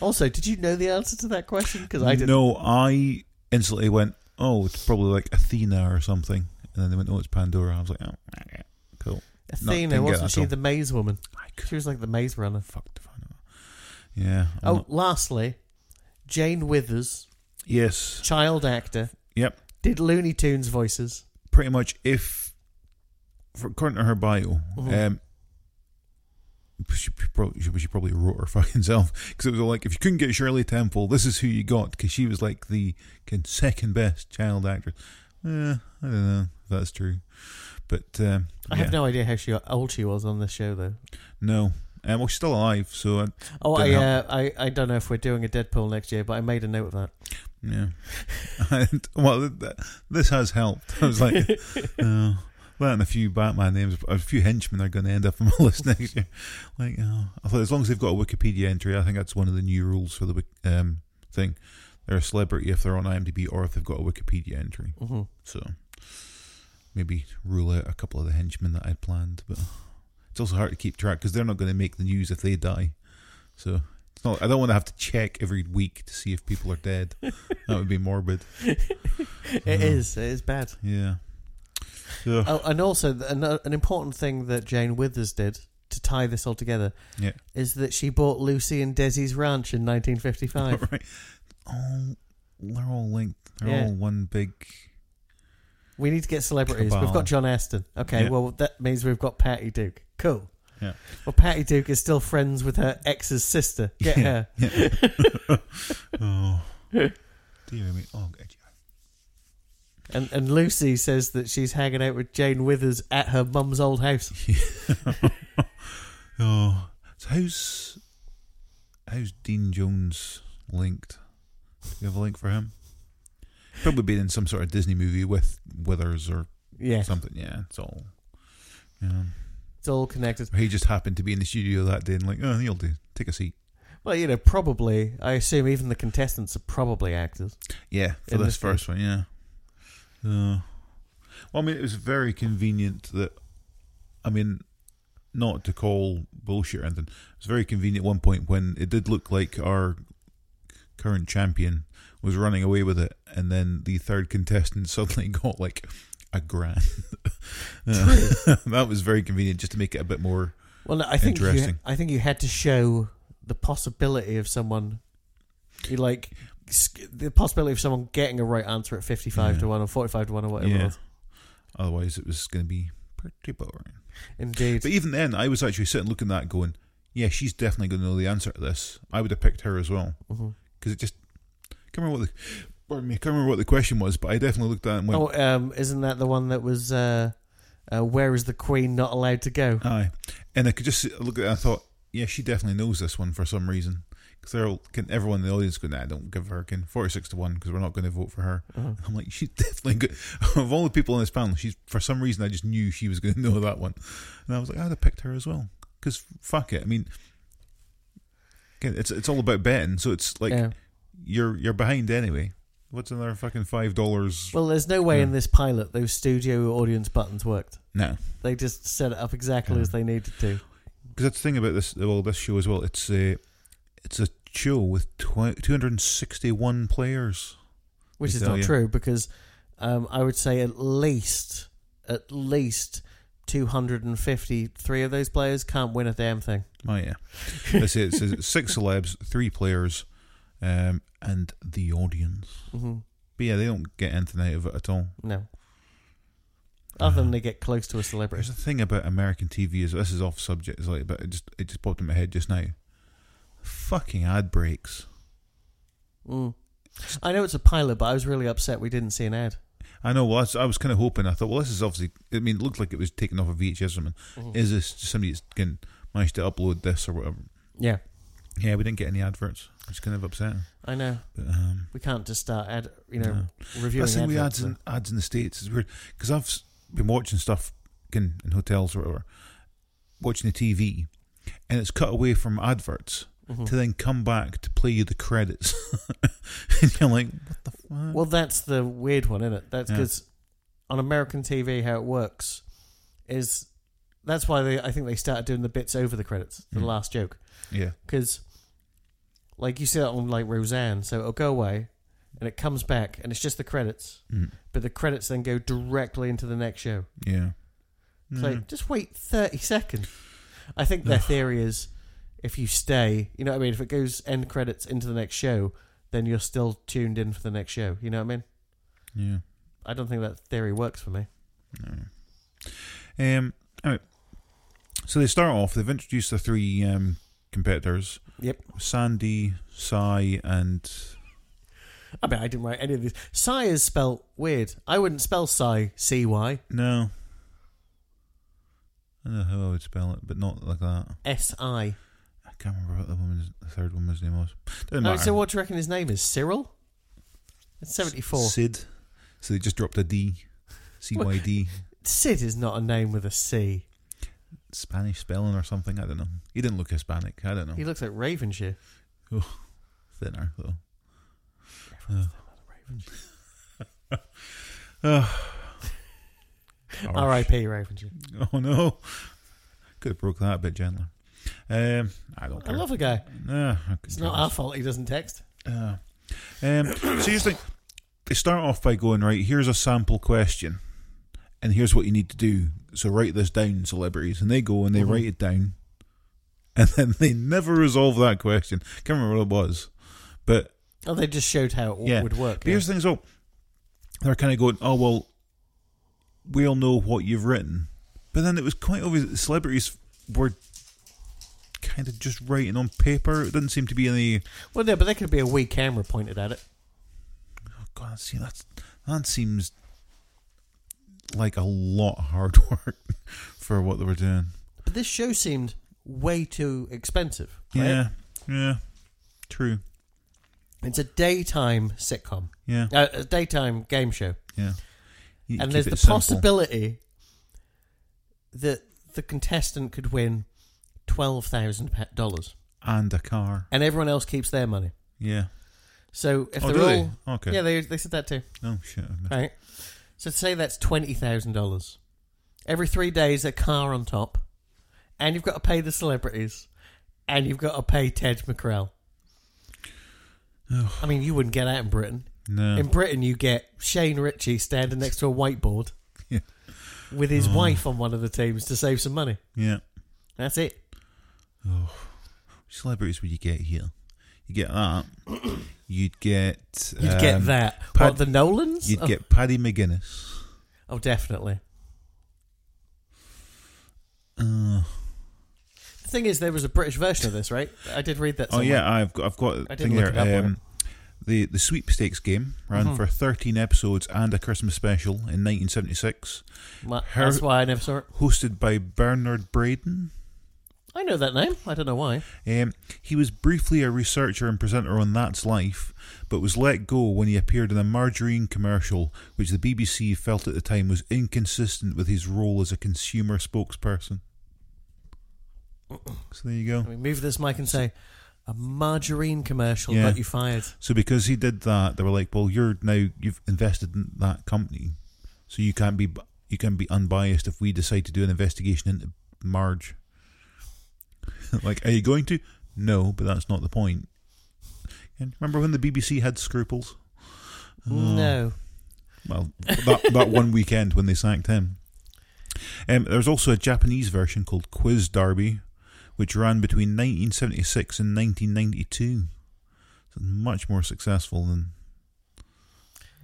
[SPEAKER 1] Also, did you know the answer to that question? Because I didn't.
[SPEAKER 2] No, I instantly went, oh, it's probably like Athena or something. And then they went, oh, it's Pandora. I was like, oh, okay, cool. didn't
[SPEAKER 1] Athena
[SPEAKER 2] get that
[SPEAKER 1] wasn't
[SPEAKER 2] at
[SPEAKER 1] she
[SPEAKER 2] all.
[SPEAKER 1] the maze woman?
[SPEAKER 2] I
[SPEAKER 1] She
[SPEAKER 2] could
[SPEAKER 1] was like the maze runner.
[SPEAKER 2] fuck to find out. Yeah. I'm
[SPEAKER 1] Oh,
[SPEAKER 2] not-
[SPEAKER 1] lastly, Jane Withers,
[SPEAKER 2] yes.
[SPEAKER 1] child actor.
[SPEAKER 2] Yep.
[SPEAKER 1] Did Looney Tunes voices.
[SPEAKER 2] pretty much if for according to her bio
[SPEAKER 1] Mhm.
[SPEAKER 2] um she probably, she, she probably wrote her fucking self because it was all like if you couldn't get Shirley Temple this is who you got because she was like the kin- second best child actress eh, I don't know if that's true but um,
[SPEAKER 1] I
[SPEAKER 2] yeah.
[SPEAKER 1] have no idea how she old she was on this show though.
[SPEAKER 2] no um, well she's still alive so I,
[SPEAKER 1] Oh, I,
[SPEAKER 2] Didn't
[SPEAKER 1] uh, I I don't know if we're doing a Deadpool next year, but I made a note of that.
[SPEAKER 2] yeah and, well th- th- this has helped I was like oh, that and a few Batman names, a few henchmen are going to end up on my list next year. Like, oh, I thought as long as they've got a Wikipedia entry, I think that's one of the new rules for the Wik- um, thing. They're a celebrity if they're on IMDb or if they've got a Wikipedia entry.
[SPEAKER 1] hmm
[SPEAKER 2] So maybe rule out a couple of the henchmen that I'd planned, but it's also hard to keep track because they're not going to make the news if they die. So it's not. I don't want to have to check every week to see if people are dead. that would be morbid.
[SPEAKER 1] It is. It is bad.
[SPEAKER 2] Yeah. So,
[SPEAKER 1] Oh, and also th- an, an important thing that Jane Withers did to tie this all together
[SPEAKER 2] Yeah.
[SPEAKER 1] is that she bought Lucy and Desi's ranch in 1955.
[SPEAKER 2] right. Oh, they're all linked. They're
[SPEAKER 1] Yeah.
[SPEAKER 2] all one big.
[SPEAKER 1] we need to get celebrities. We've
[SPEAKER 2] Cabal.
[SPEAKER 1] got John Aston. Okay,
[SPEAKER 2] Yeah.
[SPEAKER 1] well that means we've got Patty Duke. Cool.
[SPEAKER 2] Yeah.
[SPEAKER 1] Well, Patty Duke is still friends with her ex's sister. Get
[SPEAKER 2] Yeah.
[SPEAKER 1] her.
[SPEAKER 2] Yeah. oh. Dear me. Oh, God.
[SPEAKER 1] And and Lucy says that she's hanging out with Jane Withers at her mum's old house.
[SPEAKER 2] Oh, so how's how's Dean Jones linked? Do you have a link for him? Probably been in some sort of Disney movie with Withers or
[SPEAKER 1] Yeah,
[SPEAKER 2] something. Yeah, it's all. Yeah,
[SPEAKER 1] it's all connected.
[SPEAKER 2] or he just happened to be in the studio that day and like, oh, you'll do. Take a seat.
[SPEAKER 1] Well, you know, probably. I assume even the contestants are probably actors.
[SPEAKER 2] Yeah, for
[SPEAKER 1] In
[SPEAKER 2] this
[SPEAKER 1] this one.
[SPEAKER 2] first one, yeah. Uh, well, I mean, it was very convenient that, I mean, not to call bullshit or anything, it was very convenient at one point when it did look like our current champion was running away with it, and then the third contestant suddenly got like a grand. Uh, that was very convenient just to make it a bit more.
[SPEAKER 1] Well, no, I think you,
[SPEAKER 2] Interesting.
[SPEAKER 1] I think you had to show the possibility of someone, you like sk- the possibility of someone getting a right answer at fifty-five
[SPEAKER 2] Yeah.
[SPEAKER 1] to one or forty-five to one or whatever. It
[SPEAKER 2] Yeah.
[SPEAKER 1] was.
[SPEAKER 2] Otherwise, it was going to be pretty boring.
[SPEAKER 1] Indeed.
[SPEAKER 2] But even then, I was actually sitting looking at that going, yeah, she's definitely going to know the answer to this. I would have picked her as well.
[SPEAKER 1] Mhm.
[SPEAKER 2] Because it just, can't remember what the, pardon me, can't remember what the question was, but I definitely looked at it and went,
[SPEAKER 1] Oh, um, isn't that the one that was? Uh, uh, where is the queen not allowed to go?
[SPEAKER 2] aye. And I could just sit- look at it and I thought, yeah, she definitely knows this one for some reason. Because they're all, can, everyone in the audience going, nah, don't give her, can 46 to 1, because we're not going to vote for her.
[SPEAKER 1] Uh-huh.
[SPEAKER 2] I'm like, she's definitely good. of all the people on this panel, she's, for some reason, I just knew she was going to know that one. And I was like, I'd have picked her as well. Because fuck it. I mean, again, it's it's all about betting. So it's like,
[SPEAKER 1] yeah.
[SPEAKER 2] you're you're behind anyway. What's another fucking five dollars?
[SPEAKER 1] Well, there's no way
[SPEAKER 2] yeah.
[SPEAKER 1] in this pilot those studio audience buttons worked.
[SPEAKER 2] No,
[SPEAKER 1] They just set it up exactly as they needed to.
[SPEAKER 2] because that's the thing about this. Well, this show as well. It's a it's a show with tw- two hundred and sixty one players.
[SPEAKER 1] which is
[SPEAKER 2] tell
[SPEAKER 1] not
[SPEAKER 2] you.
[SPEAKER 1] true because um, I would say at least at least 253 of those players can't win a damn thing.
[SPEAKER 2] Oh yeah, this is it's six celebs, three players, um, and the audience.
[SPEAKER 1] hmm
[SPEAKER 2] But yeah, they don't get anything out of it at all.
[SPEAKER 1] No, other
[SPEAKER 2] Uh-huh.
[SPEAKER 1] than they get close to a celebrity.
[SPEAKER 2] There's a thing about American TV is this is off subject, it's like, but it just it just popped in my head just now. Fucking ad breaks.
[SPEAKER 1] Mm. I know it's a pilot, but I was really upset we didn't see an ad.
[SPEAKER 2] I know. Well, I was, I was kind of hoping. I thought, well, this is obviously. I mean, it looked like it was taken off a VHS or something. Is this just somebody that's can managed to upload this or whatever?
[SPEAKER 1] Yeah,
[SPEAKER 2] Yeah, we didn't get any adverts. It's kind of upsetting.
[SPEAKER 1] I know.
[SPEAKER 2] But um,
[SPEAKER 1] We can't just start ad, you know,
[SPEAKER 2] No.
[SPEAKER 1] reviewing
[SPEAKER 2] that's the thing with
[SPEAKER 1] adverts
[SPEAKER 2] ads in, ads in the states is weird because I've s- been watching stuff in, in hotels or whatever, watching the TV, and it's cut away from adverts
[SPEAKER 1] Mm-hmm.
[SPEAKER 2] to then come back to play you the credits, and you're like, what the fuck?
[SPEAKER 1] Well, that's the weird one, isn't it? That's
[SPEAKER 2] Yeah.
[SPEAKER 1] because on American TV, how it works is that's why they, I think they started doing the bits over the credits, the
[SPEAKER 2] Mm.
[SPEAKER 1] last joke,
[SPEAKER 2] yeah,
[SPEAKER 1] because like you see that on like Roseanne, so it'll go away and it comes back and it's just the credits,
[SPEAKER 2] Mm.
[SPEAKER 1] but the credits then go directly into the next show.
[SPEAKER 2] yeah. Mm.
[SPEAKER 1] It's
[SPEAKER 2] Hmm.
[SPEAKER 1] like just wait thirty seconds. I think their theory is if you stay, you know what I mean. If it goes end credits into the next show, then you're still tuned in for the next show. You know what I mean?
[SPEAKER 2] yeah.
[SPEAKER 1] I don't think that theory works for me.
[SPEAKER 2] Um, all right. So they start off. They've introduced the three um, competitors:
[SPEAKER 1] Yep.
[SPEAKER 2] Sandy, Sai, and
[SPEAKER 1] I mean, I didn't write any of these. Psy is spelt weird. I wouldn't spell Psy C Y
[SPEAKER 2] no. I don't know how I would spell it, but not like that.
[SPEAKER 1] S I.
[SPEAKER 2] I can't remember what the woman's, the third woman's name was. Doesn't
[SPEAKER 1] Oh,
[SPEAKER 2] matter.
[SPEAKER 1] So what do you reckon his name is? Cyril. It's seventy-four.
[SPEAKER 2] Sid. So they just dropped a D. C Y D.
[SPEAKER 1] Sid is not a name with a C.
[SPEAKER 2] Spanish spelling or something. I Oh. don't know. He didn't look Hispanic. I don't know.
[SPEAKER 1] He looks like Ravenshire.
[SPEAKER 2] Thinner though.
[SPEAKER 1] Christ, they're not the Ravens.
[SPEAKER 2] Harsh.
[SPEAKER 1] R.I.P. Ravenshaw.
[SPEAKER 2] Oh no. Could have broke that a bit gently. Um, I don't
[SPEAKER 1] I
[SPEAKER 2] care.
[SPEAKER 1] love the guy.
[SPEAKER 2] Nah, I couldn't
[SPEAKER 1] It's
[SPEAKER 2] care
[SPEAKER 1] not
[SPEAKER 2] less.
[SPEAKER 1] our fault he doesn't text.
[SPEAKER 2] Uh, um, so you just think they start off by going right. Here's a sample question, and here's what you need to do. So write this down, celebrities, and they go and they
[SPEAKER 1] Mhm.
[SPEAKER 2] write it down, and then they never resolve that question. Can't remember what it was, but
[SPEAKER 1] Oh, they just showed how it
[SPEAKER 2] Yeah.
[SPEAKER 1] would work.
[SPEAKER 2] But here's the thing as well. They're kind of going, oh, well, we all know what you've written. But then it was quite obvious that the celebrities were kind of just writing on paper. It didn't seem to be any.
[SPEAKER 1] Well, no, but there could be a wee camera pointed at it.
[SPEAKER 2] Oh, God, see, that's, that seems like a lot of hard work for what they were doing.
[SPEAKER 1] But this show seemed way too expensive. right?
[SPEAKER 2] Yeah, yeah. True.
[SPEAKER 1] It's a daytime sitcom,
[SPEAKER 2] Yeah,
[SPEAKER 1] uh, a daytime game show.
[SPEAKER 2] yeah. You
[SPEAKER 1] and
[SPEAKER 2] keep
[SPEAKER 1] there's
[SPEAKER 2] it
[SPEAKER 1] the
[SPEAKER 2] simple.
[SPEAKER 1] possibility that the contestant could win $12,000
[SPEAKER 2] And a car.
[SPEAKER 1] and everyone else keeps their money.
[SPEAKER 2] Yeah.
[SPEAKER 1] So if
[SPEAKER 2] oh,
[SPEAKER 1] they're
[SPEAKER 2] do
[SPEAKER 1] all.
[SPEAKER 2] they? Okay.
[SPEAKER 1] Yeah, they, they said that too.
[SPEAKER 2] oh, shit. I missed-
[SPEAKER 1] Right. So say that's $20,000. Every three days, a car on top, and you've got to pay the celebrities, and you've got to pay Ted McRell.
[SPEAKER 2] Ugh.
[SPEAKER 1] I mean, you wouldn't get out in Britain.
[SPEAKER 2] No.
[SPEAKER 1] In Britain, you get Shane Ritchie standing next to a whiteboard
[SPEAKER 2] Yeah. Oh.
[SPEAKER 1] with his wife on one of the teams to save some money.
[SPEAKER 2] yeah.
[SPEAKER 1] That's it.
[SPEAKER 2] celebrities would you get here? You get that. You'd get.
[SPEAKER 1] You'd get
[SPEAKER 2] um,
[SPEAKER 1] that.
[SPEAKER 2] Pad-
[SPEAKER 1] what, the Nolans?
[SPEAKER 2] You'd
[SPEAKER 1] oh,
[SPEAKER 2] get Paddy McGuinness.
[SPEAKER 1] oh, definitely.
[SPEAKER 2] Uh,
[SPEAKER 1] The thing is, there was a British version of this, right? I did read that
[SPEAKER 2] oh
[SPEAKER 1] somewhere.
[SPEAKER 2] yeah, I've got. I've got
[SPEAKER 1] I
[SPEAKER 2] a
[SPEAKER 1] didn't
[SPEAKER 2] thing
[SPEAKER 1] look it
[SPEAKER 2] there.
[SPEAKER 1] up, Mm-hmm.
[SPEAKER 2] Um, the the sweepstakes game ran for 13 episodes and a Christmas special in 1976,
[SPEAKER 1] Ma-
[SPEAKER 2] Her-
[SPEAKER 1] That's why I never saw it.
[SPEAKER 2] hosted by Bernard Braden.
[SPEAKER 1] I know that name. I don't know why.
[SPEAKER 2] Um, he was briefly a researcher and presenter on That's Life, but was let go when he appeared in a margarine commercial, which the BBC felt at the time was inconsistent with his role as a consumer spokesperson. So there you
[SPEAKER 1] Let
[SPEAKER 2] go.
[SPEAKER 1] me move this mic and say, a margarine commercial
[SPEAKER 2] Yeah.
[SPEAKER 1] got you fired.
[SPEAKER 2] So because he did that, they were like, "Well, you're now you've invested in that company, so you can't be you can be unbiased if we decide to do an investigation into Marge." like, are you going to? No, but that's not the point. And remember when the BBC had scruples? Oh.
[SPEAKER 1] No.
[SPEAKER 2] Well, that, that one weekend when they sacked him. Um, there was also a Japanese version called Quiz Derby, which ran between 1976 and 1992. So much more successful than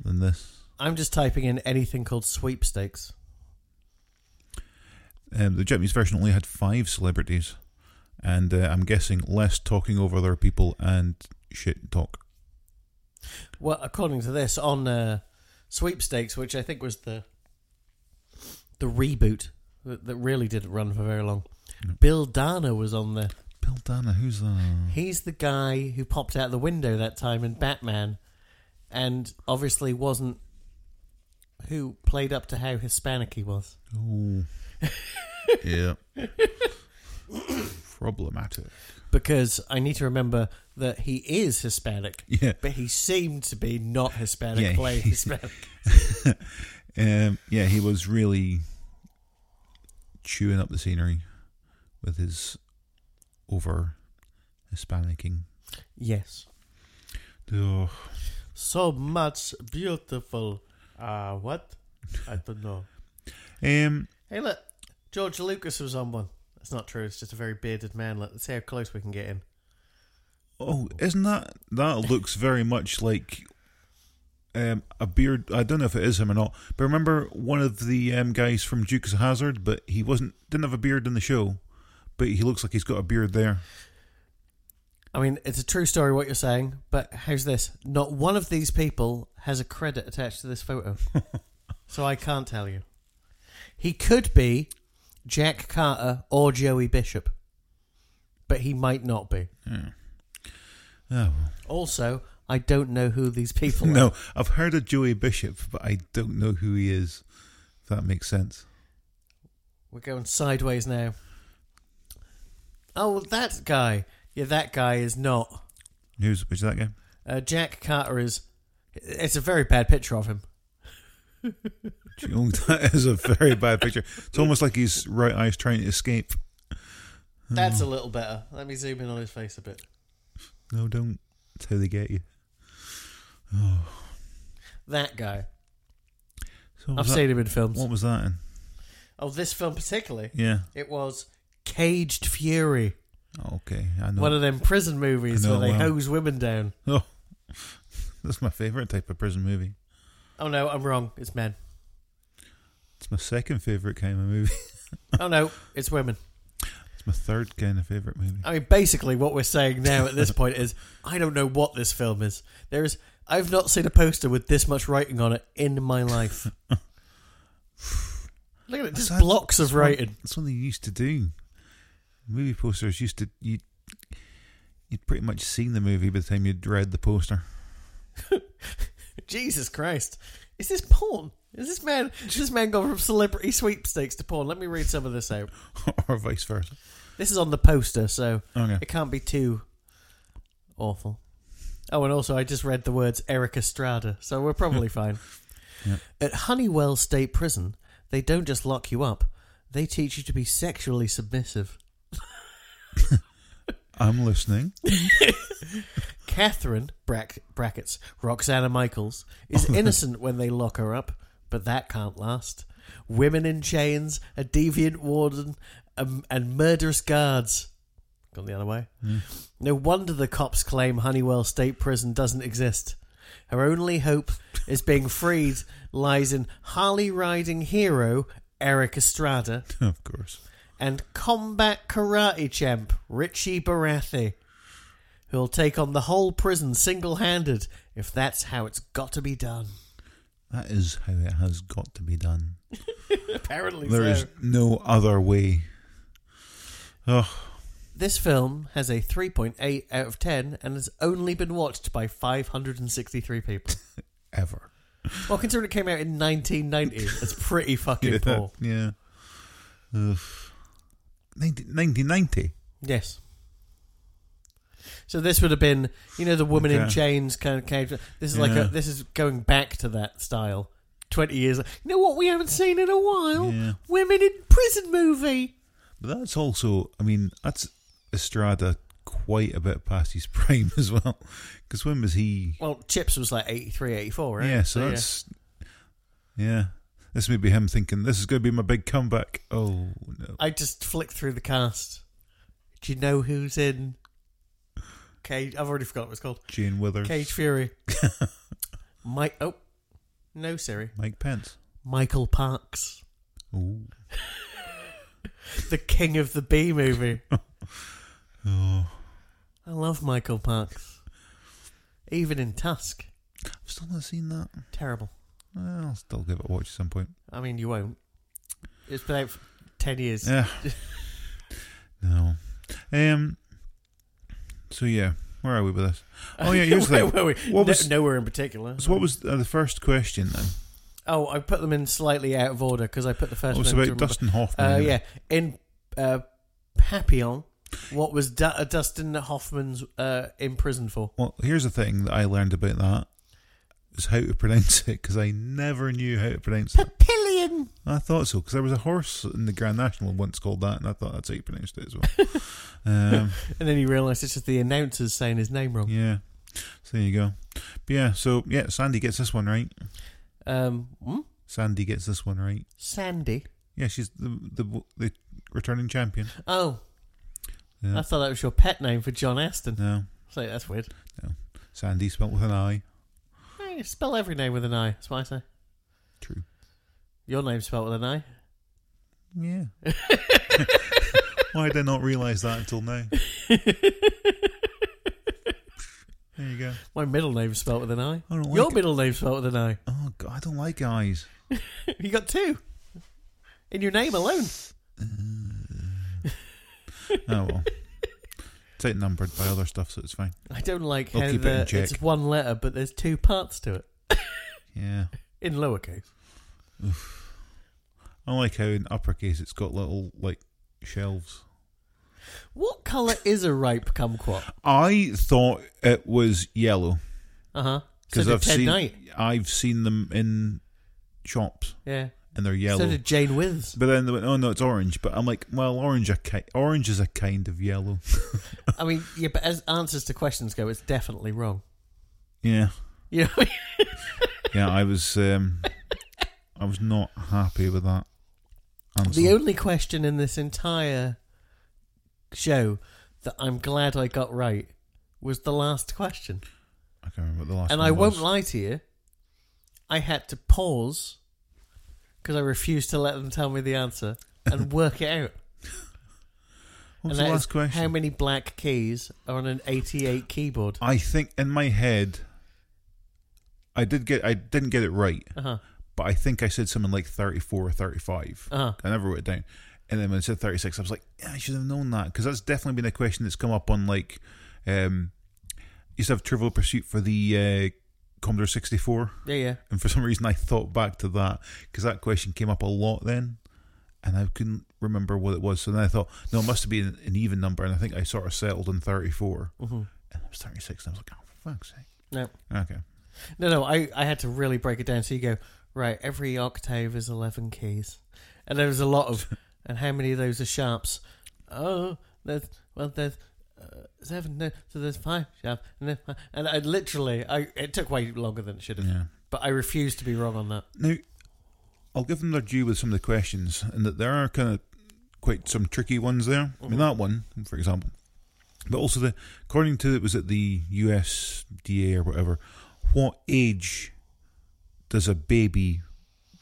[SPEAKER 2] than this.
[SPEAKER 1] I'm just typing in anything called sweepstakes.
[SPEAKER 2] Um, the Japanese version only had five celebrities, and uh, I'm guessing less talking over other people and shit talk.
[SPEAKER 1] Well, according to this, on uh, sweepstakes, which I think was the the reboot that, that really didn't run for very long, Bill Dana was on there.
[SPEAKER 2] Bill Dana, who's that?
[SPEAKER 1] He's the guy who popped out the window that time in Batman, and obviously wasn't who played up to how Hispanic he was.
[SPEAKER 2] Oh, yeah, problematic.
[SPEAKER 1] Because I need to remember that he is Hispanic,
[SPEAKER 2] Yeah.
[SPEAKER 1] but he seemed to be not Hispanic
[SPEAKER 2] Yeah.
[SPEAKER 1] playing Hispanic.
[SPEAKER 2] Um, yeah, he was really chewing up the scenery with his over Hispanicing.
[SPEAKER 1] yes.
[SPEAKER 2] Ugh.
[SPEAKER 1] So much beautiful. Uh, what? I don't know.
[SPEAKER 2] Um,
[SPEAKER 1] Hey, look, George Lucas was on one. That's not true. It's just a very bearded man. Look, Let's see how close we can get in.
[SPEAKER 2] oh, isn't that that looks very much like um, a beard? I don't know if it is him or not, but remember one of the um, guys from Dukes of Hazard, but he wasn't didn't have a beard in the show, but he looks like he's got a beard there.
[SPEAKER 1] I mean, it's a true story what you're saying, but how's this? Not one of these people has a credit attached to this photo, so I can't tell you. He could be Jack Carter or Joey Bishop, but he might not be.
[SPEAKER 2] Oh,
[SPEAKER 1] Also, I don't know who these people are.
[SPEAKER 2] No, I've heard of Joey Bishop, but I don't know who he is. If that makes sense.
[SPEAKER 1] We're going sideways now. Oh, well, that guy. Yeah, that guy is not.
[SPEAKER 2] Who's which is that guy?
[SPEAKER 1] Uh, Jack Carter is It's a very bad picture of him.
[SPEAKER 2] Jung, oh, that is a very bad picture. It's almost like his right eye's trying to escape. Hmm.
[SPEAKER 1] That's a little better. Let me zoom in on his face a bit.
[SPEAKER 2] No, don't. That's how they get you. Oh,
[SPEAKER 1] That guy.
[SPEAKER 2] So what
[SPEAKER 1] I've
[SPEAKER 2] was that-
[SPEAKER 1] seen him in films.
[SPEAKER 2] What was that in?
[SPEAKER 1] Oh, this film particularly.
[SPEAKER 2] Yeah.
[SPEAKER 1] It was Caged Fury,
[SPEAKER 2] Oh, okay, I know.
[SPEAKER 1] one of them prison movies
[SPEAKER 2] I know,
[SPEAKER 1] where they
[SPEAKER 2] wow.
[SPEAKER 1] hose women down.
[SPEAKER 2] oh, that's my favorite type of prison movie.
[SPEAKER 1] Oh no, I'm wrong. It's men.
[SPEAKER 2] It's my second favorite kind of movie.
[SPEAKER 1] Oh no, it's women.
[SPEAKER 2] It's my third kind of favorite movie.
[SPEAKER 1] I mean, basically, what we're saying now at this point is, I don't know what this film is. There is, I've not seen a poster with this much writing on it in my life. Look at it, just
[SPEAKER 2] That's-
[SPEAKER 1] blocks of
[SPEAKER 2] That's what-
[SPEAKER 1] writing.
[SPEAKER 2] That's what they used to do. Movie posters used to you. You'd pretty much seen the movie by the time you'd read the poster.
[SPEAKER 1] Jesus Christ, is this porn? Is this man? Has this man gone from celebrity sweepstakes to porn? Let me read some of this out.
[SPEAKER 2] or vice versa.
[SPEAKER 1] This is on the poster, so
[SPEAKER 2] Okay.
[SPEAKER 1] it can't be too awful. Oh, and also, I just read the words Eric Estrada, so we're probably fine.
[SPEAKER 2] Yep.
[SPEAKER 1] At Honeywell State Prison, they don't just lock you up, they teach you to be sexually submissive.
[SPEAKER 2] I'm listening.
[SPEAKER 1] Catherine, brack, brackets, Roxana Michaels, is innocent when they lock her up, but that can't last. Women in chains, a deviant warden, um, and murderous guards. Gone the other way. No wonder the cops claim Honeywell State Prison doesn't exist. Her only hope is being freed lies in Harley riding hero Eric Estrada
[SPEAKER 2] of course.
[SPEAKER 1] and combat karate champ Richie Barathi, who'll take on the whole prison single handed if that's how it's got to be done.
[SPEAKER 2] That is how it has got to be done.
[SPEAKER 1] Apparently
[SPEAKER 2] There is no other way. Oh,
[SPEAKER 1] This film has a 3.8 out of 10 and has only been watched by 563 people.
[SPEAKER 2] ever.
[SPEAKER 1] Well, considering it came out in 1990, that's pretty fucking
[SPEAKER 2] Yeah.
[SPEAKER 1] poor.
[SPEAKER 2] yeah. Ugh. 19- 1990.
[SPEAKER 1] Yes. So this would have been, you know, the woman in
[SPEAKER 2] Okay.
[SPEAKER 1] chains kind of came. This is like
[SPEAKER 2] Yeah.
[SPEAKER 1] a, this is going back to that style. Twenty years. You know what we haven't seen in a while?
[SPEAKER 2] Yeah.
[SPEAKER 1] Women in prison movie.
[SPEAKER 2] But that's also, I mean, that's Estrada quite a bit past his prime as well. Because when was he?
[SPEAKER 1] Well, Chips was like 83, 84, right?
[SPEAKER 2] Yeah, so that's. Yeah. This may be him thinking, this is going to be my big comeback. Oh, no.
[SPEAKER 1] I just flicked through the cast. Do you know who's in? Cage. I've already forgot what it's called.
[SPEAKER 2] Jane Withers.
[SPEAKER 1] Cage Fury. Mike. Oh, no, Siri.
[SPEAKER 2] Mike Pence.
[SPEAKER 1] Michael Parks,
[SPEAKER 2] Oh.
[SPEAKER 1] the king of the B movie.
[SPEAKER 2] oh.
[SPEAKER 1] I love Michael Parks. Even in Tusk.
[SPEAKER 2] I've still not seen that.
[SPEAKER 1] Terrible.
[SPEAKER 2] Well, I'll still give it a watch at some point.
[SPEAKER 1] I mean, you won't. It's been out for 10 years.
[SPEAKER 2] Yeah. no. Um. So yeah, where are we with this? Oh yeah, here's the
[SPEAKER 1] Where
[SPEAKER 2] thing.
[SPEAKER 1] were we?
[SPEAKER 2] What
[SPEAKER 1] No-
[SPEAKER 2] was-
[SPEAKER 1] nowhere in particular.
[SPEAKER 2] So what was uh, the first question then?
[SPEAKER 1] Oh, I put them in slightly out of order because I put the first
[SPEAKER 2] It was
[SPEAKER 1] one in to
[SPEAKER 2] about
[SPEAKER 1] remember.
[SPEAKER 2] Dustin Hoffman.
[SPEAKER 1] Uh,
[SPEAKER 2] wasn't it?
[SPEAKER 1] yeah. In uh, Papillon, what was Du- uh, Dustin Hoffman's uh, in prison for?
[SPEAKER 2] Well, here's the thing that I learned about that is how to pronounce it because I never knew how to pronounce it.
[SPEAKER 1] Papillion!
[SPEAKER 2] I thought so because there was a horse in the Grand National once called that, and I thought that's how you pronounced it as well. um,
[SPEAKER 1] And then you realise it's just the announcers saying his name wrong.
[SPEAKER 2] yeah. So there you go. But yeah. So yeah, Sandy gets this one right.
[SPEAKER 1] Um, hmm?
[SPEAKER 2] Sandy gets this one right.
[SPEAKER 1] Sandy.
[SPEAKER 2] Yeah, she's the the the returning champion.
[SPEAKER 1] Oh,
[SPEAKER 2] Yeah.
[SPEAKER 1] I thought that was your pet name for John Aston.
[SPEAKER 2] No,
[SPEAKER 1] So that's weird.
[SPEAKER 2] Sandy spelt with an I.
[SPEAKER 1] Hey, spell every name with an I. That's what I say.
[SPEAKER 2] True.
[SPEAKER 1] Your name's spelled with an I.
[SPEAKER 2] Yeah. Why did I not realise that until now? there you go.
[SPEAKER 1] My middle name's spelled with an I.
[SPEAKER 2] I don't like
[SPEAKER 1] Your
[SPEAKER 2] it.
[SPEAKER 1] middle name's spelled with an I.
[SPEAKER 2] Oh god, I don't like eyes.
[SPEAKER 1] You got two. In your name alone.
[SPEAKER 2] Uh. Oh well. It's outnumbered by other stuff, so it's fine.
[SPEAKER 1] I don't like
[SPEAKER 2] I'll
[SPEAKER 1] how
[SPEAKER 2] keep it
[SPEAKER 1] the,
[SPEAKER 2] in check.
[SPEAKER 1] it's one letter, but there's two parts to it.
[SPEAKER 2] Yeah.
[SPEAKER 1] In lowercase.
[SPEAKER 2] I like how in uppercase it's got little like shelves.
[SPEAKER 1] What colour is a ripe kumquat?
[SPEAKER 2] I thought it was yellow.
[SPEAKER 1] Uh huh. So
[SPEAKER 2] because
[SPEAKER 1] did
[SPEAKER 2] I've
[SPEAKER 1] Ted
[SPEAKER 2] seen
[SPEAKER 1] Knight.
[SPEAKER 2] I've seen them in shops
[SPEAKER 1] Yeah.
[SPEAKER 2] and they're
[SPEAKER 1] So
[SPEAKER 2] yellow.
[SPEAKER 1] did Jane Withers.
[SPEAKER 2] but then they went, oh no, it's orange. But I'm like, well, orange a ki- orange is a kind of yellow.
[SPEAKER 1] I mean, yeah, but as answers to questions go, it's definitely wrong.
[SPEAKER 2] yeah,
[SPEAKER 1] You know, what I mean?
[SPEAKER 2] yeah. I was um, I was not happy with that. Answer.
[SPEAKER 1] The only question in this entire show that I'm glad I got right was the last question.
[SPEAKER 2] I can't remember what the last.
[SPEAKER 1] and
[SPEAKER 2] one
[SPEAKER 1] I won't
[SPEAKER 2] was.
[SPEAKER 1] lie to you, I had to pause because I refused to let them tell me the answer and work it out. and
[SPEAKER 2] What was the
[SPEAKER 1] that
[SPEAKER 2] last
[SPEAKER 1] is,
[SPEAKER 2] question?
[SPEAKER 1] How many black keys are on an 88 keyboard?
[SPEAKER 2] I think in my head, I did get I didn't get it right,
[SPEAKER 1] Uh huh.
[SPEAKER 2] but I think I said something like thirty four or thirty five.
[SPEAKER 1] Uh huh.
[SPEAKER 2] I never wrote it down. And then when I said 36, I was like, yeah, I should have known that. Because that's definitely been a question that's come up on, like, um, you used to have Trivial Pursuit for the uh, Commodore 64.
[SPEAKER 1] Yeah, yeah.
[SPEAKER 2] And for some reason, I thought back to that because that question came up a lot then. And I couldn't remember what it was. So then I thought, no, it must have been an even number. And I think I sort of settled on 34.
[SPEAKER 1] hmm
[SPEAKER 2] And it was 36. And I was like, oh, for fuck's sake.
[SPEAKER 1] No.
[SPEAKER 2] Okay.
[SPEAKER 1] No, no, I, I had to really break it down. So you go, right, every octave is 11 keys. And there was a lot of, and how many of those are sharps? Oh, there's, well, there's uh, seven, no, so there's five sharp. And, then five, and I literally, I it took way longer than it should have.
[SPEAKER 2] Yeah.
[SPEAKER 1] But I refuse to be wrong on that.
[SPEAKER 2] Now, I'll give them their due with some of the questions, and that there are kind of quite some tricky ones there. I mean, that one, for example, but also the according to it was at the USDA or whatever. What age does a baby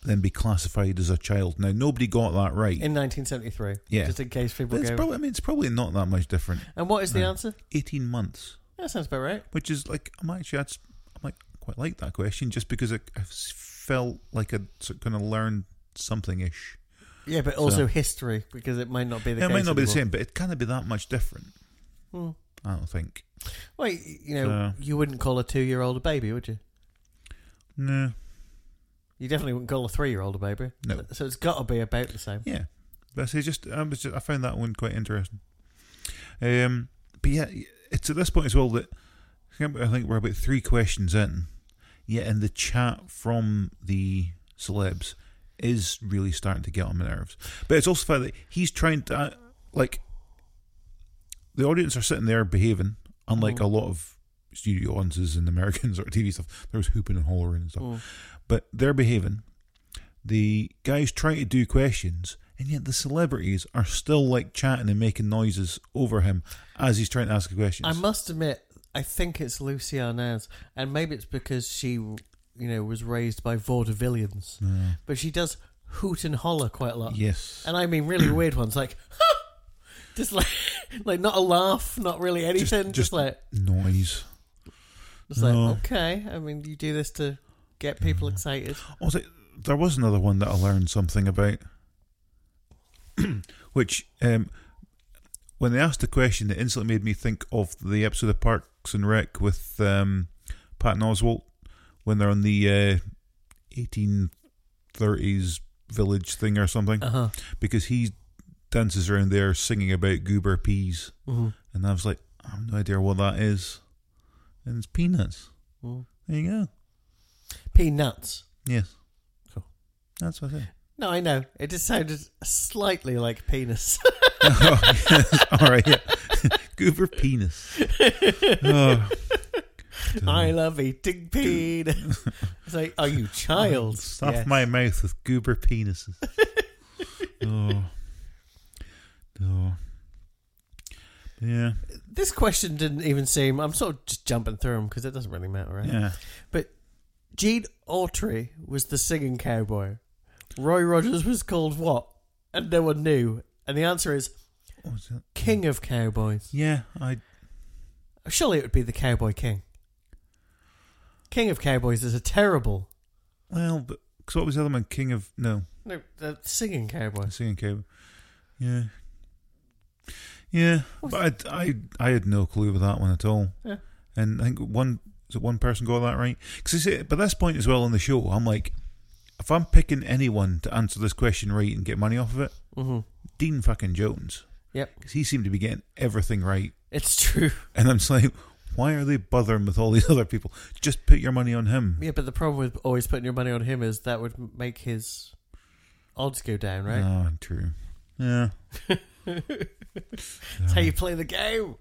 [SPEAKER 2] then be classified as a child? Now, nobody got that right.
[SPEAKER 1] In 1973.
[SPEAKER 2] Yeah.
[SPEAKER 1] Just in case people
[SPEAKER 2] it's
[SPEAKER 1] go.
[SPEAKER 2] probably, I mean, it's probably not that much different.
[SPEAKER 1] and what is the
[SPEAKER 2] No.
[SPEAKER 1] answer?
[SPEAKER 2] Eighteen months,
[SPEAKER 1] That sounds about right.
[SPEAKER 2] which is like I'm actually that's I'm like quite like that question, just because it, I felt like I kind of learned something ish.
[SPEAKER 1] Yeah, but also history, because it might not be the
[SPEAKER 2] Yeah, it
[SPEAKER 1] case.
[SPEAKER 2] might not be the
[SPEAKER 1] anymore.
[SPEAKER 2] same, but it can't be that much different.
[SPEAKER 1] Hmm.
[SPEAKER 2] I don't think.
[SPEAKER 1] Well, y- you know,
[SPEAKER 2] So-
[SPEAKER 1] you wouldn't call a two year old a baby, would you?
[SPEAKER 2] No.
[SPEAKER 1] You definitely wouldn't call a three-year-old a baby.
[SPEAKER 2] No.
[SPEAKER 1] So it's got to be about the same.
[SPEAKER 2] Yeah. But I say just I was just, I found that one quite interesting. Um, but yeah, it's at this point as well that I think we're about three questions in. Yeah, and the chat from the celebs is really starting to get on my nerves. But it's also the fact that he's trying to uh, like the audience are sitting there behaving, unlike
[SPEAKER 1] Mm.
[SPEAKER 2] a lot of studio audiences and Americans or TV stuff. There was hooping and hollering and stuff.
[SPEAKER 1] Mm.
[SPEAKER 2] but they're behaving. The guys try to do questions, and yet the celebrities are still like chatting and making noises over him as he's trying to ask a question.
[SPEAKER 1] I must admit, I think it's Lucy Arnaz, and maybe it's because she, you know, was raised by vaudevillians,
[SPEAKER 2] Yeah.
[SPEAKER 1] but she does hoot and holler quite a lot,
[SPEAKER 2] yes,
[SPEAKER 1] and I mean really weird ones, like just like like not a laugh, not really anything, just,
[SPEAKER 2] just-
[SPEAKER 1] like
[SPEAKER 2] noise.
[SPEAKER 1] just
[SPEAKER 2] No.
[SPEAKER 1] like okay. I mean, you do this to get people excited.
[SPEAKER 2] Also, there was another one that I learned something about, which um, when they asked the question, it instantly made me think of the episode of Parks and Rec with um, Patton Oswalt when they're on the uh, eighteen thirties village thing or something,
[SPEAKER 1] Uh huh.
[SPEAKER 2] because he dances around there singing about goober peas,
[SPEAKER 1] hmm
[SPEAKER 2] and I was like, I have no idea what that is, and it's peanuts. There you go.
[SPEAKER 1] Peanuts.
[SPEAKER 2] Yes.
[SPEAKER 1] Cool.
[SPEAKER 2] That's what I said.
[SPEAKER 1] No, I know. It just sounded slightly like penis.
[SPEAKER 2] All right, yeah. Goober penis. Oh.
[SPEAKER 1] I love eating penis. it's like, are you child?
[SPEAKER 2] Stuff
[SPEAKER 1] Yes.
[SPEAKER 2] my mouth with goober penises. oh. Oh. Yeah.
[SPEAKER 1] This question didn't even seem. I'm sort of just jumping through them because it doesn't really matter, right?
[SPEAKER 2] Yeah.
[SPEAKER 1] Gene Autry was the singing cowboy. Roy Rogers was called what? And no one knew. And the answer is
[SPEAKER 2] What was it?
[SPEAKER 1] King of Cowboys.
[SPEAKER 2] Yeah, I
[SPEAKER 1] Surely it would be the Cowboy King. King of Cowboys is a terrible.
[SPEAKER 2] well, but cause what was the other one? King of no,
[SPEAKER 1] No, the singing cowboy.
[SPEAKER 2] I'm singing cable. Yeah, yeah, but I, I I had no clue with that one at all.
[SPEAKER 1] Yeah.
[SPEAKER 2] and I think one is it one person got that right? Because by this point as well on the show, I'm like, if I'm picking anyone to answer this question right and get money off of it,
[SPEAKER 1] Mm-hmm.
[SPEAKER 2] Dean fucking Jones,
[SPEAKER 1] Yep,
[SPEAKER 2] 'Cause he seemed to be getting everything right,
[SPEAKER 1] it's true.
[SPEAKER 2] and I'm just like, Why are they bothering with all these other people? Just put your money on him.
[SPEAKER 1] Yeah, but the problem with always putting your money on him is that would m- make his odds go down, right?
[SPEAKER 2] Ah, true. Yeah.
[SPEAKER 1] That's how you play the game.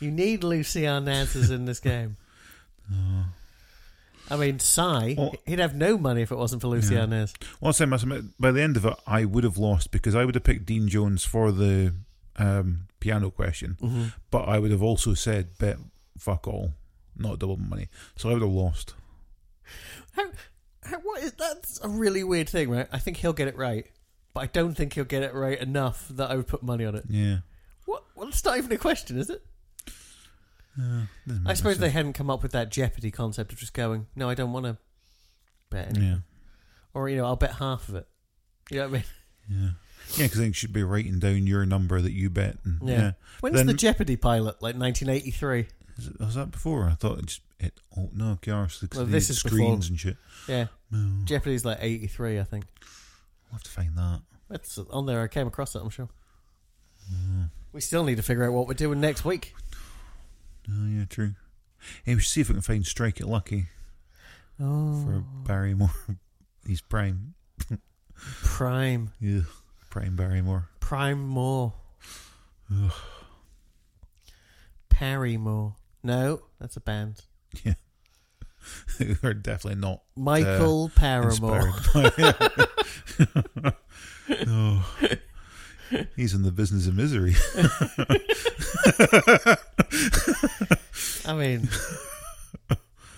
[SPEAKER 1] You need Lucian answers in this game. I mean, Sai,
[SPEAKER 2] Well-
[SPEAKER 1] he'd have no money if it wasn't for Lucian Naz.
[SPEAKER 2] Well, I'll say, I must admit, by the end of it, I would have lost because I would have picked Dean Jones for the um, piano question, but I would have also said, bet fuck all, not double my money. So I would have lost.
[SPEAKER 1] How, how, what is, that's a really weird thing, right? I think he'll get it right, but I don't think he'll get it right enough that I would put money on it.
[SPEAKER 2] Yeah.
[SPEAKER 1] What? Well, it's not even a question, is it?
[SPEAKER 2] Doesn't
[SPEAKER 1] I
[SPEAKER 2] make
[SPEAKER 1] suppose they
[SPEAKER 2] much
[SPEAKER 1] hadn't come up with that Jeopardy concept of just going, no, I don't want to bet
[SPEAKER 2] sense.
[SPEAKER 1] any.
[SPEAKER 2] Yeah.
[SPEAKER 1] Or, you know, I'll bet half of it. You know what I mean?
[SPEAKER 2] Yeah. Yeah, because I think you should be writing down your number that you bet. And,
[SPEAKER 1] Yeah.
[SPEAKER 2] yeah.
[SPEAKER 1] When's
[SPEAKER 2] Then-
[SPEAKER 1] the Jeopardy pilot? Like 1983?
[SPEAKER 2] Is it- was that before? I thought it just. It, oh, no, okay, obviously, 'cause
[SPEAKER 1] Well,
[SPEAKER 2] the
[SPEAKER 1] this is
[SPEAKER 2] screens
[SPEAKER 1] before-
[SPEAKER 2] and shit.
[SPEAKER 1] Yeah.
[SPEAKER 2] No,
[SPEAKER 1] Jeopardy's like 83, I think.
[SPEAKER 2] I'll have to find that.
[SPEAKER 1] That's on there. I came across it, I'm sure. We still need to figure out what we're doing next week.
[SPEAKER 2] Oh, yeah, true. Hey, we should see if we can find Strike It Lucky
[SPEAKER 1] Oh,
[SPEAKER 2] for Barrymore. He's prime.
[SPEAKER 1] Prime.
[SPEAKER 2] Yeah, Prime Barrymore.
[SPEAKER 1] Prime Moore. Parry Moore. No, that's a band.
[SPEAKER 2] Yeah, we're definitely not
[SPEAKER 1] Michael Paramore.
[SPEAKER 2] inspired by- no, he's in the business of misery.
[SPEAKER 1] I mean,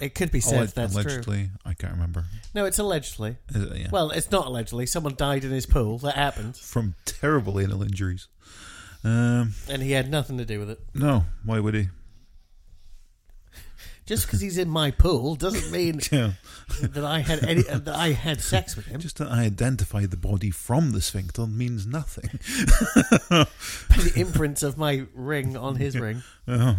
[SPEAKER 1] it could be said
[SPEAKER 2] Alleg-
[SPEAKER 1] that's true.
[SPEAKER 2] allegedly, I can't remember.
[SPEAKER 1] No, it's allegedly.
[SPEAKER 2] Is it? Yeah.
[SPEAKER 1] Well, it's not allegedly. Someone died in his pool. That happened.
[SPEAKER 2] from terrible anal injuries. Um,
[SPEAKER 1] And he had nothing to do with it.
[SPEAKER 2] no, why would he?
[SPEAKER 1] Just because he's in my pool doesn't mean
[SPEAKER 2] Yeah,
[SPEAKER 1] that I had any uh, that I had sex with him.
[SPEAKER 2] just that I identified the body from the sphincter means nothing.
[SPEAKER 1] the imprints of my ring on his ring.
[SPEAKER 2] Oh,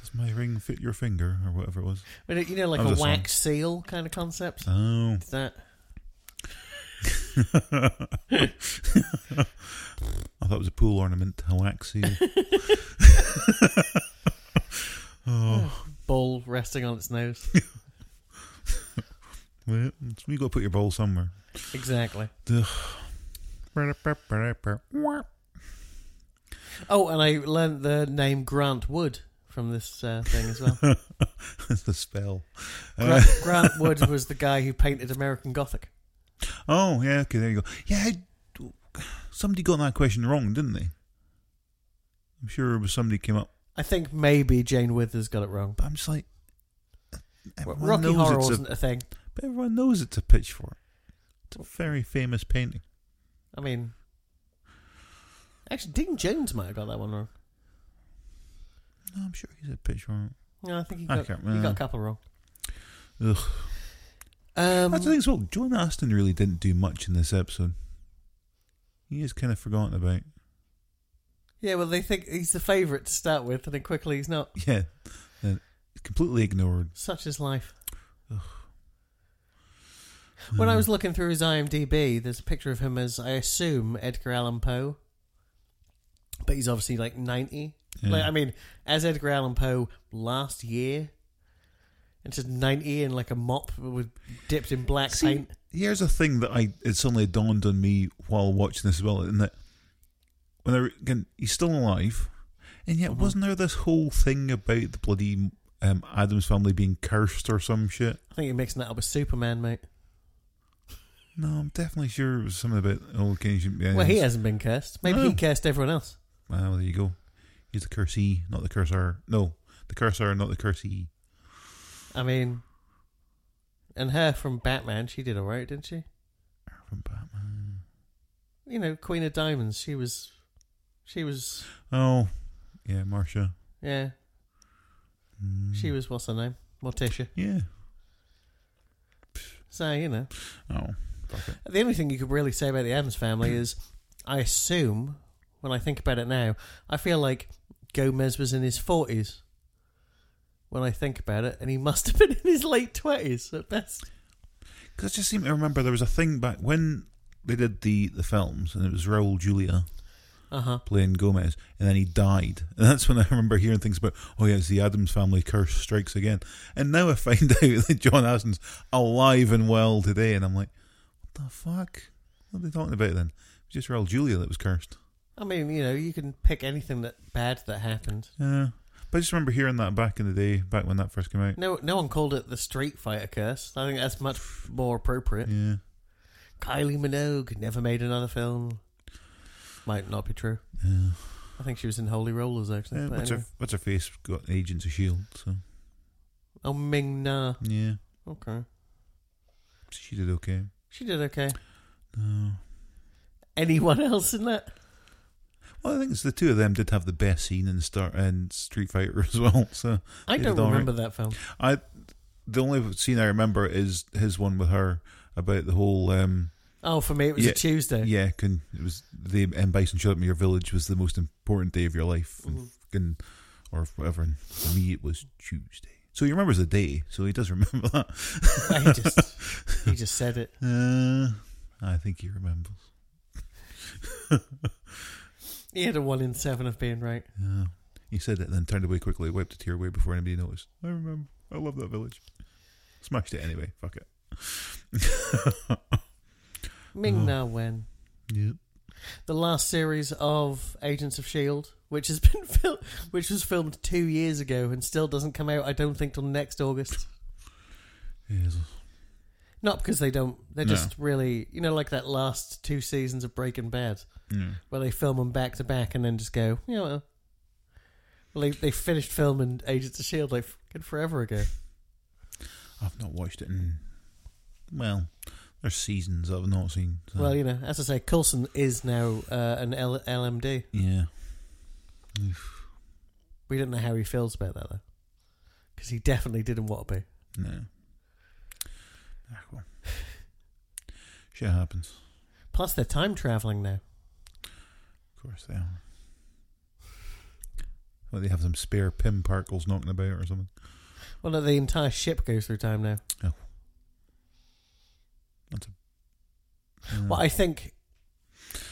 [SPEAKER 2] does my ring fit your finger or whatever it was?
[SPEAKER 1] But it- you know, like
[SPEAKER 2] That
[SPEAKER 1] a
[SPEAKER 2] was a song.
[SPEAKER 1] wax seal kind of concept.
[SPEAKER 2] Oh,
[SPEAKER 1] Is that
[SPEAKER 2] I thought it was a pool ornament. A wax seal.
[SPEAKER 1] ball resting on its nose.
[SPEAKER 2] Well, it's- you got to put your bowl somewhere.
[SPEAKER 1] exactly.
[SPEAKER 2] Grant
[SPEAKER 1] Oh, and I learned the name Grant Wood from this uh, thing as well.
[SPEAKER 2] That's the spell.
[SPEAKER 1] Grant, Grant Wood was the guy who painted American Gothic.
[SPEAKER 2] Oh, yeah. Okay, there you go. Yeah, I- somebody got that question wrong, didn't they? I'm sure it was somebody came up,
[SPEAKER 1] I think maybe Jane Withers got it wrong.
[SPEAKER 2] but I'm just like, everyone
[SPEAKER 1] Rocky
[SPEAKER 2] knows
[SPEAKER 1] Horror
[SPEAKER 2] it's
[SPEAKER 1] wasn't a thing.
[SPEAKER 2] a, but everyone knows it's a pitchfork. It's a very famous painting.
[SPEAKER 1] I mean, actually, Dean Jones might have got that one wrong.
[SPEAKER 2] No, I'm sure he's a pitchfork.
[SPEAKER 1] No, I think he
[SPEAKER 2] I
[SPEAKER 1] got,
[SPEAKER 2] can't
[SPEAKER 1] he got a
[SPEAKER 2] remember.
[SPEAKER 1] couple wrong.
[SPEAKER 2] Ugh. That's the
[SPEAKER 1] Um,
[SPEAKER 2] thing as well. John Aston really didn't do much in this episode. He is kind of forgotten about.
[SPEAKER 1] yeah, well, they think he's the favourite to start with, and then quickly he's not.
[SPEAKER 2] Yeah, uh, completely ignored.
[SPEAKER 1] Such is life. When
[SPEAKER 2] Hmm.
[SPEAKER 1] I was looking through his IMDb, there's a picture of him as I assume Edgar Allan Poe, but he's obviously like ninety.
[SPEAKER 2] Yeah.
[SPEAKER 1] Like I mean, as Edgar Allan Poe last year, and just ninety in like a mop with dipped in black
[SPEAKER 2] See,
[SPEAKER 1] paint.
[SPEAKER 2] Here's a thing that I it suddenly dawned on me while watching this as well, in that when I re- again he's still alive, and
[SPEAKER 1] Uh-huh.
[SPEAKER 2] yet wasn't there this whole thing about the bloody um, Adams family being cursed or some shit?
[SPEAKER 1] I think you're mixing that up with Superman, mate.
[SPEAKER 2] No, I'm definitely sure it was something about oh, okay, you shouldn't be.
[SPEAKER 1] Well, he hasn't been cursed. Maybe he
[SPEAKER 2] No.
[SPEAKER 1] cursed everyone else.
[SPEAKER 2] Well, there you go. He's the cursee, not the cursor. No, the cursor, not the E. cursee.
[SPEAKER 1] I mean, and her from Batman, she did all right, didn't she?
[SPEAKER 2] From Batman.
[SPEAKER 1] You know, Queen of Diamonds. She was, she was,
[SPEAKER 2] Oh, yeah, Marcia. Mm.
[SPEAKER 1] yeah, she was. What's her name? Morticia.
[SPEAKER 2] Yeah.
[SPEAKER 1] So you know,
[SPEAKER 2] Oh, fuck it.
[SPEAKER 1] the only thing you could really say about the Adams family is, I assume, when I think about it now, I feel like Gomez was in his forties. When I think about it, and he must have been in his late twenties at best.
[SPEAKER 2] Because I just seem to remember there was a thing back when they did the the films, and it was Raoul Julia.
[SPEAKER 1] Uh huh.
[SPEAKER 2] playing Gomez, and then he died. And that's when I remember hearing things about, oh yeah, it's the Adams family curse strikes again. And now I find out that John Aston's alive and well today, and I'm like, what the fuck? What are they talking about then? It was just Raul Julia that was cursed.
[SPEAKER 1] I mean, you know, you can pick anything that bad that happened.
[SPEAKER 2] Yeah. But I just remember hearing that back in the day, back when that first came out.
[SPEAKER 1] No, no one called it the Street Fighter curse. I think that's much more appropriate.
[SPEAKER 2] Yeah.
[SPEAKER 1] Kylie Minogue never made another film. Might not be true.
[SPEAKER 2] yeah.
[SPEAKER 1] I think she was in Holy Rollers actually.
[SPEAKER 2] Yeah,
[SPEAKER 1] but
[SPEAKER 2] what's, her,
[SPEAKER 1] anyway.
[SPEAKER 2] what's her face? Got Agents of S.H.I.E.L.D., E so.
[SPEAKER 1] Oh, Ming Na.
[SPEAKER 2] Yeah.
[SPEAKER 1] Okay,
[SPEAKER 2] She did okay. Uh,
[SPEAKER 1] she did okay.
[SPEAKER 2] No.
[SPEAKER 1] Anyone else in that?
[SPEAKER 2] Well, I think it's the two of them did have the best scene in Star and Street Fighter as well. So
[SPEAKER 1] I
[SPEAKER 2] They
[SPEAKER 1] don't
[SPEAKER 2] did all right.
[SPEAKER 1] remember that film.
[SPEAKER 2] I, the only scene I remember is his one with her about the whole um,
[SPEAKER 1] Oh, for me, it was
[SPEAKER 2] Yeah,
[SPEAKER 1] a Tuesday.
[SPEAKER 2] yeah. Can it was the M Bison showed up in your village was the most important day of your life, and, fucking- or whatever. And for me, it was Tuesday. So he remembers the day. So he does remember that.
[SPEAKER 1] he just he just said it.
[SPEAKER 2] Uh, I think he remembers.
[SPEAKER 1] He had a one in seven of being right.
[SPEAKER 2] Yeah. He said it, and then turned away quickly, wiped a tear away before anybody noticed. I remember. I love that village. Smashed it anyway. Fuck it.
[SPEAKER 1] Ming
[SPEAKER 2] Oh.
[SPEAKER 1] Na Wen.
[SPEAKER 2] Yep.
[SPEAKER 1] The last series of Agents of Shield, E which has been fil- which was filmed two years ago and still doesn't come out. I don't think till next August.
[SPEAKER 2] Yes.
[SPEAKER 1] Not because they don't. They're
[SPEAKER 2] No.
[SPEAKER 1] just really you know like that last two seasons of Breaking Bad
[SPEAKER 2] Yeah.
[SPEAKER 1] where they film them back to back and then just go you know. Well, well, they they finished filming Agents of Shield E like fucking forever ago.
[SPEAKER 2] I've not watched it in. Well, there's seasons I've not seen. So.
[SPEAKER 1] Well, you know, as I say, Coulson is now uh, an L- LMD.
[SPEAKER 2] yeah.
[SPEAKER 1] We don't know how he feels about that though, because he definitely didn't want to be.
[SPEAKER 2] No. Ah, well. Shit happens.
[SPEAKER 1] Plus, they're time traveling now.
[SPEAKER 2] Of course they are. Well, they have some spare pin particles knocking about or something.
[SPEAKER 1] Well, no, the entire ship goes through time now.
[SPEAKER 2] Yeah.
[SPEAKER 1] Well, I think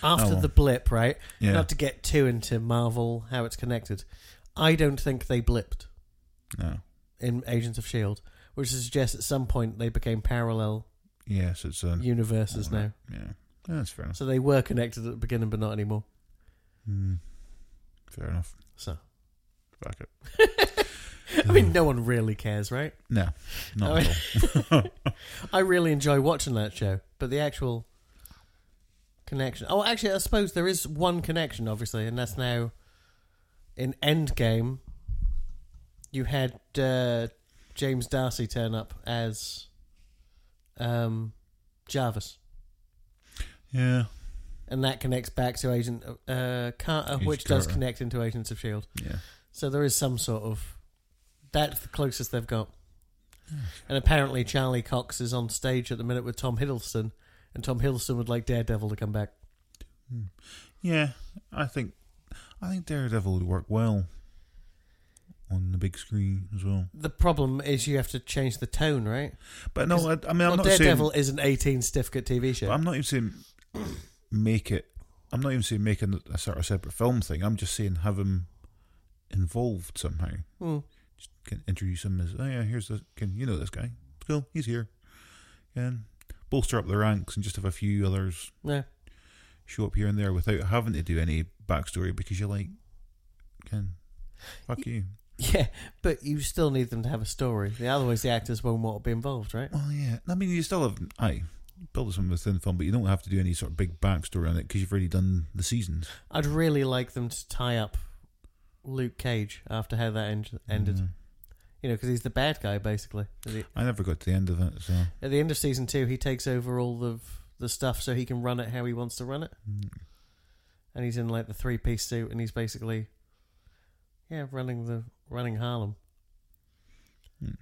[SPEAKER 1] after
[SPEAKER 2] Hmm. Oh, well.
[SPEAKER 1] the blip, right?
[SPEAKER 2] yeah.
[SPEAKER 1] Not to get too into Marvel how it's connected. I don't think they blipped
[SPEAKER 2] no.
[SPEAKER 1] in Agents of Shield, E which suggests at some point they became parallel
[SPEAKER 2] Yes, it's uh, a.
[SPEAKER 1] universes
[SPEAKER 2] Hmm. all right.
[SPEAKER 1] now.
[SPEAKER 2] Yeah. Yeah, that's fair enough.
[SPEAKER 1] So they were connected at the beginning, but not anymore.
[SPEAKER 2] Hmm. Fair enough.
[SPEAKER 1] So
[SPEAKER 2] Fuck it.
[SPEAKER 1] I mean, no one really cares, right?
[SPEAKER 2] No, not at all.
[SPEAKER 1] I really enjoy watching that show, but the actual connection. Oh, actually, I suppose there is one connection, obviously, and that's now in Endgame. You had uh, James Darcy turn up as um, Jarvis,
[SPEAKER 2] Yeah.
[SPEAKER 1] and that connects back to Agent uh, Carter,
[SPEAKER 2] Agent
[SPEAKER 1] which does
[SPEAKER 2] Carter.
[SPEAKER 1] connect into Agents of Shield.
[SPEAKER 2] Yeah.
[SPEAKER 1] So there is some sort of that's the closest they've got. And apparently Charlie Cox is on stage at the minute with Tom Hiddleston, and Tom Hiddleston would like Daredevil to come back.
[SPEAKER 2] Yeah, I think I think Daredevil would work well on the big screen as well.
[SPEAKER 1] The problem is you have to change the tone, right?
[SPEAKER 2] But no, I, I mean, I'm
[SPEAKER 1] well,
[SPEAKER 2] not
[SPEAKER 1] Daredevil
[SPEAKER 2] saying.
[SPEAKER 1] is an 18 certificate TV show.
[SPEAKER 2] But I'm not even saying make it. I'm not even saying making a sort of separate film thing. I'm just saying have him involved somehow.
[SPEAKER 1] Hmm.
[SPEAKER 2] Just can introduce him as oh yeah, here's the can you know this guy? Cool, he's here. And bolster up the ranks and just have a few others
[SPEAKER 1] No.
[SPEAKER 2] show up here and there without having to do any backstory because you're like, can fuck you.
[SPEAKER 1] Yeah, but you still need them to have a story. Otherwise, the actors won't want to be involved, right?
[SPEAKER 2] Well, yeah. I mean, you still have aye, build some within film, but you don't have to do any sort of big backstory on it because you've already done the seasons.
[SPEAKER 1] I'd really like them to tie up Luke Cage after how that end- ended.
[SPEAKER 2] Mm.
[SPEAKER 1] You know, because he's the bad guy, basically. The-
[SPEAKER 2] I never got to the end of it, so
[SPEAKER 1] At the end of season two, he takes over all of the stuff so he can run it how he wants to run it.
[SPEAKER 2] mm,
[SPEAKER 1] And he's in like the three piece suit and he's basically Yeah, running the running Harlem.
[SPEAKER 2] Hmm.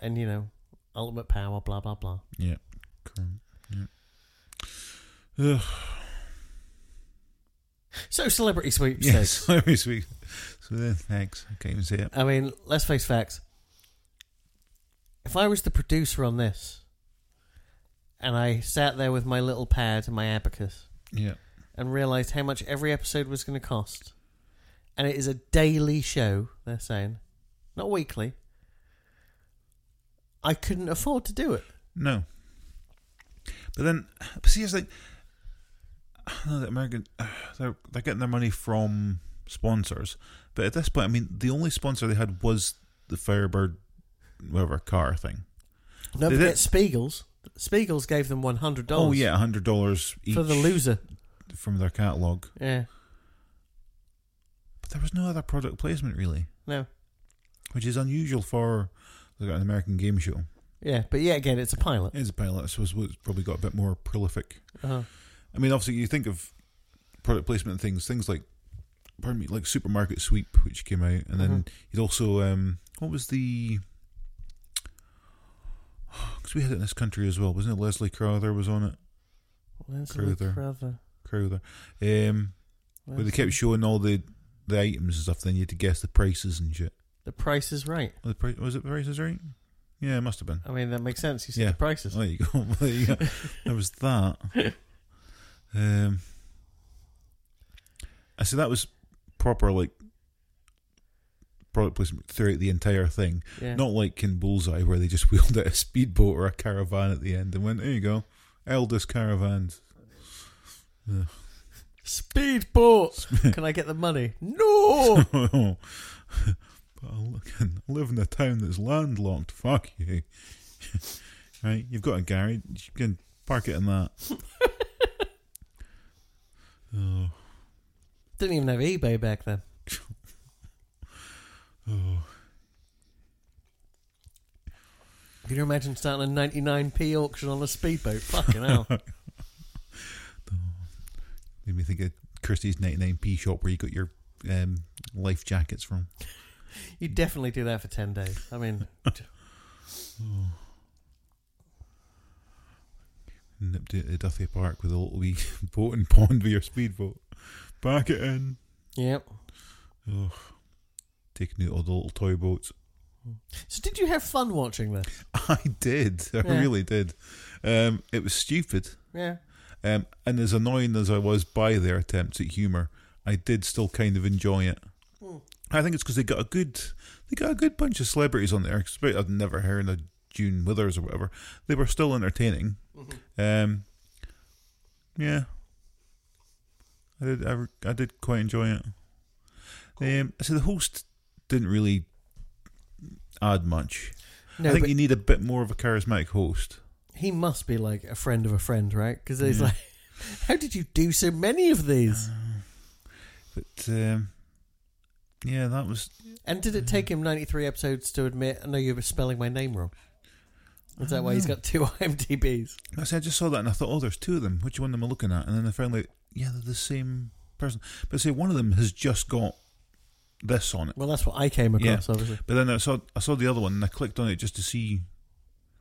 [SPEAKER 1] And you know, ultimate power, blah blah blah.
[SPEAKER 2] yeah. Cool. Yeah. Ugh,
[SPEAKER 1] So celebrity sweepstakes.
[SPEAKER 2] yes, every week. So then, thanks. I can't even say it.
[SPEAKER 1] I mean, let's face facts. If I was the producer on this and I sat there with my little pad and my abacus
[SPEAKER 2] Yeah,
[SPEAKER 1] and realised how much every episode was going to cost. And it is a daily show, they're saying, not weekly. I couldn't afford to do it.
[SPEAKER 2] No. But then, but see, it's like the American, uh, they're they're getting their money from sponsors. But at this point, I mean, the only sponsor they had was the Firebird, whatever car thing.
[SPEAKER 1] Don't
[SPEAKER 2] They
[SPEAKER 1] forget
[SPEAKER 2] did-
[SPEAKER 1] Spiegel's. Spiegel's gave them one hundred dollars.
[SPEAKER 2] Oh yeah, hundred dollars each
[SPEAKER 1] for the loser.
[SPEAKER 2] from their catalog.
[SPEAKER 1] Yeah,
[SPEAKER 2] But there was no other product placement really,
[SPEAKER 1] no,
[SPEAKER 2] which is unusual for like an American game show.
[SPEAKER 1] yeah, but yeah, again, it's a pilot.
[SPEAKER 2] It is a pilot, so it's it's probably got a bit more prolific
[SPEAKER 1] Uh-huh.
[SPEAKER 2] I mean, obviously, you think of product placement and things, things like, pardon me, like Supermarket Sweep, which came out, and then you'd also, um, what was the. Because we had it in this country as well, wasn't it? Leslie Crowther was on it.
[SPEAKER 1] Where's
[SPEAKER 2] Crowther. Crowther. Um, but they kept showing all the, the items and stuff, then you had to guess the prices and shit.
[SPEAKER 1] The price is right.
[SPEAKER 2] Was, the pri- was it prices right? Yeah, it must have been.
[SPEAKER 1] I mean, that makes sense. You see
[SPEAKER 2] Yeah.
[SPEAKER 1] the prices.
[SPEAKER 2] There you go. Well, there you go. there was that. Um, I see that was proper like product placement throughout the entire thing.
[SPEAKER 1] Yeah.
[SPEAKER 2] Not like in Bullseye where they just wheeled out a speedboat or a caravan at the end and went, "There you go, eldest caravans."
[SPEAKER 1] Speedboat. Can I get the money? No.
[SPEAKER 2] but I look- I live in a town that's landlocked. Fuck you. right, you've got a garage. You can park it in that. oh.
[SPEAKER 1] Didn't even have eBay back then.
[SPEAKER 2] Oh.
[SPEAKER 1] Can you imagine starting a 99p auction on a speedboat? Fucking hell.
[SPEAKER 2] Made me think of Kirsty's 99p shop where you got your um, life jackets from.
[SPEAKER 1] You definitely do that for 10 days. I mean,
[SPEAKER 2] Nipped it at Duffy Park with a little wee boat and pond with your speedboat. Back it in.
[SPEAKER 1] yep.
[SPEAKER 2] Oh. Taking out all the little toy boats.
[SPEAKER 1] So did you have fun watching this?
[SPEAKER 2] I did. I
[SPEAKER 1] Yeah.
[SPEAKER 2] really did. Um, it was stupid.
[SPEAKER 1] Yeah.
[SPEAKER 2] Um, and as annoying as I was by their attempts at humour, I did still kind of enjoy it. I think it's because they got a good, they got a good bunch of celebrities on there. 'cause I'd never heard of June Withers or whatever. They were still entertaining. Um, yeah, I did. I, re- I did quite enjoy it. Um, so the host didn't really add much.
[SPEAKER 1] No,
[SPEAKER 2] I think
[SPEAKER 1] but
[SPEAKER 2] you need a bit more of a charismatic host.
[SPEAKER 1] he must be like a friend of a friend, right? Because he's
[SPEAKER 2] Yeah. Uh.
[SPEAKER 1] like, how did you do so many of these?
[SPEAKER 2] But um, yeah, that was
[SPEAKER 1] And did it take him 93 episodes to admit, no, you were spelling my name wrong? Is that why
[SPEAKER 2] Ah.
[SPEAKER 1] he's got two IMDBs?
[SPEAKER 2] I said I just saw that and I thought, oh, there's two of them. Which one am I looking at? And then I found like, yeah, they're the same person. But see, one of them has just got this on it.
[SPEAKER 1] Well, that's what I came across, obviously.
[SPEAKER 2] But then I saw I saw the other one and I clicked on it just to see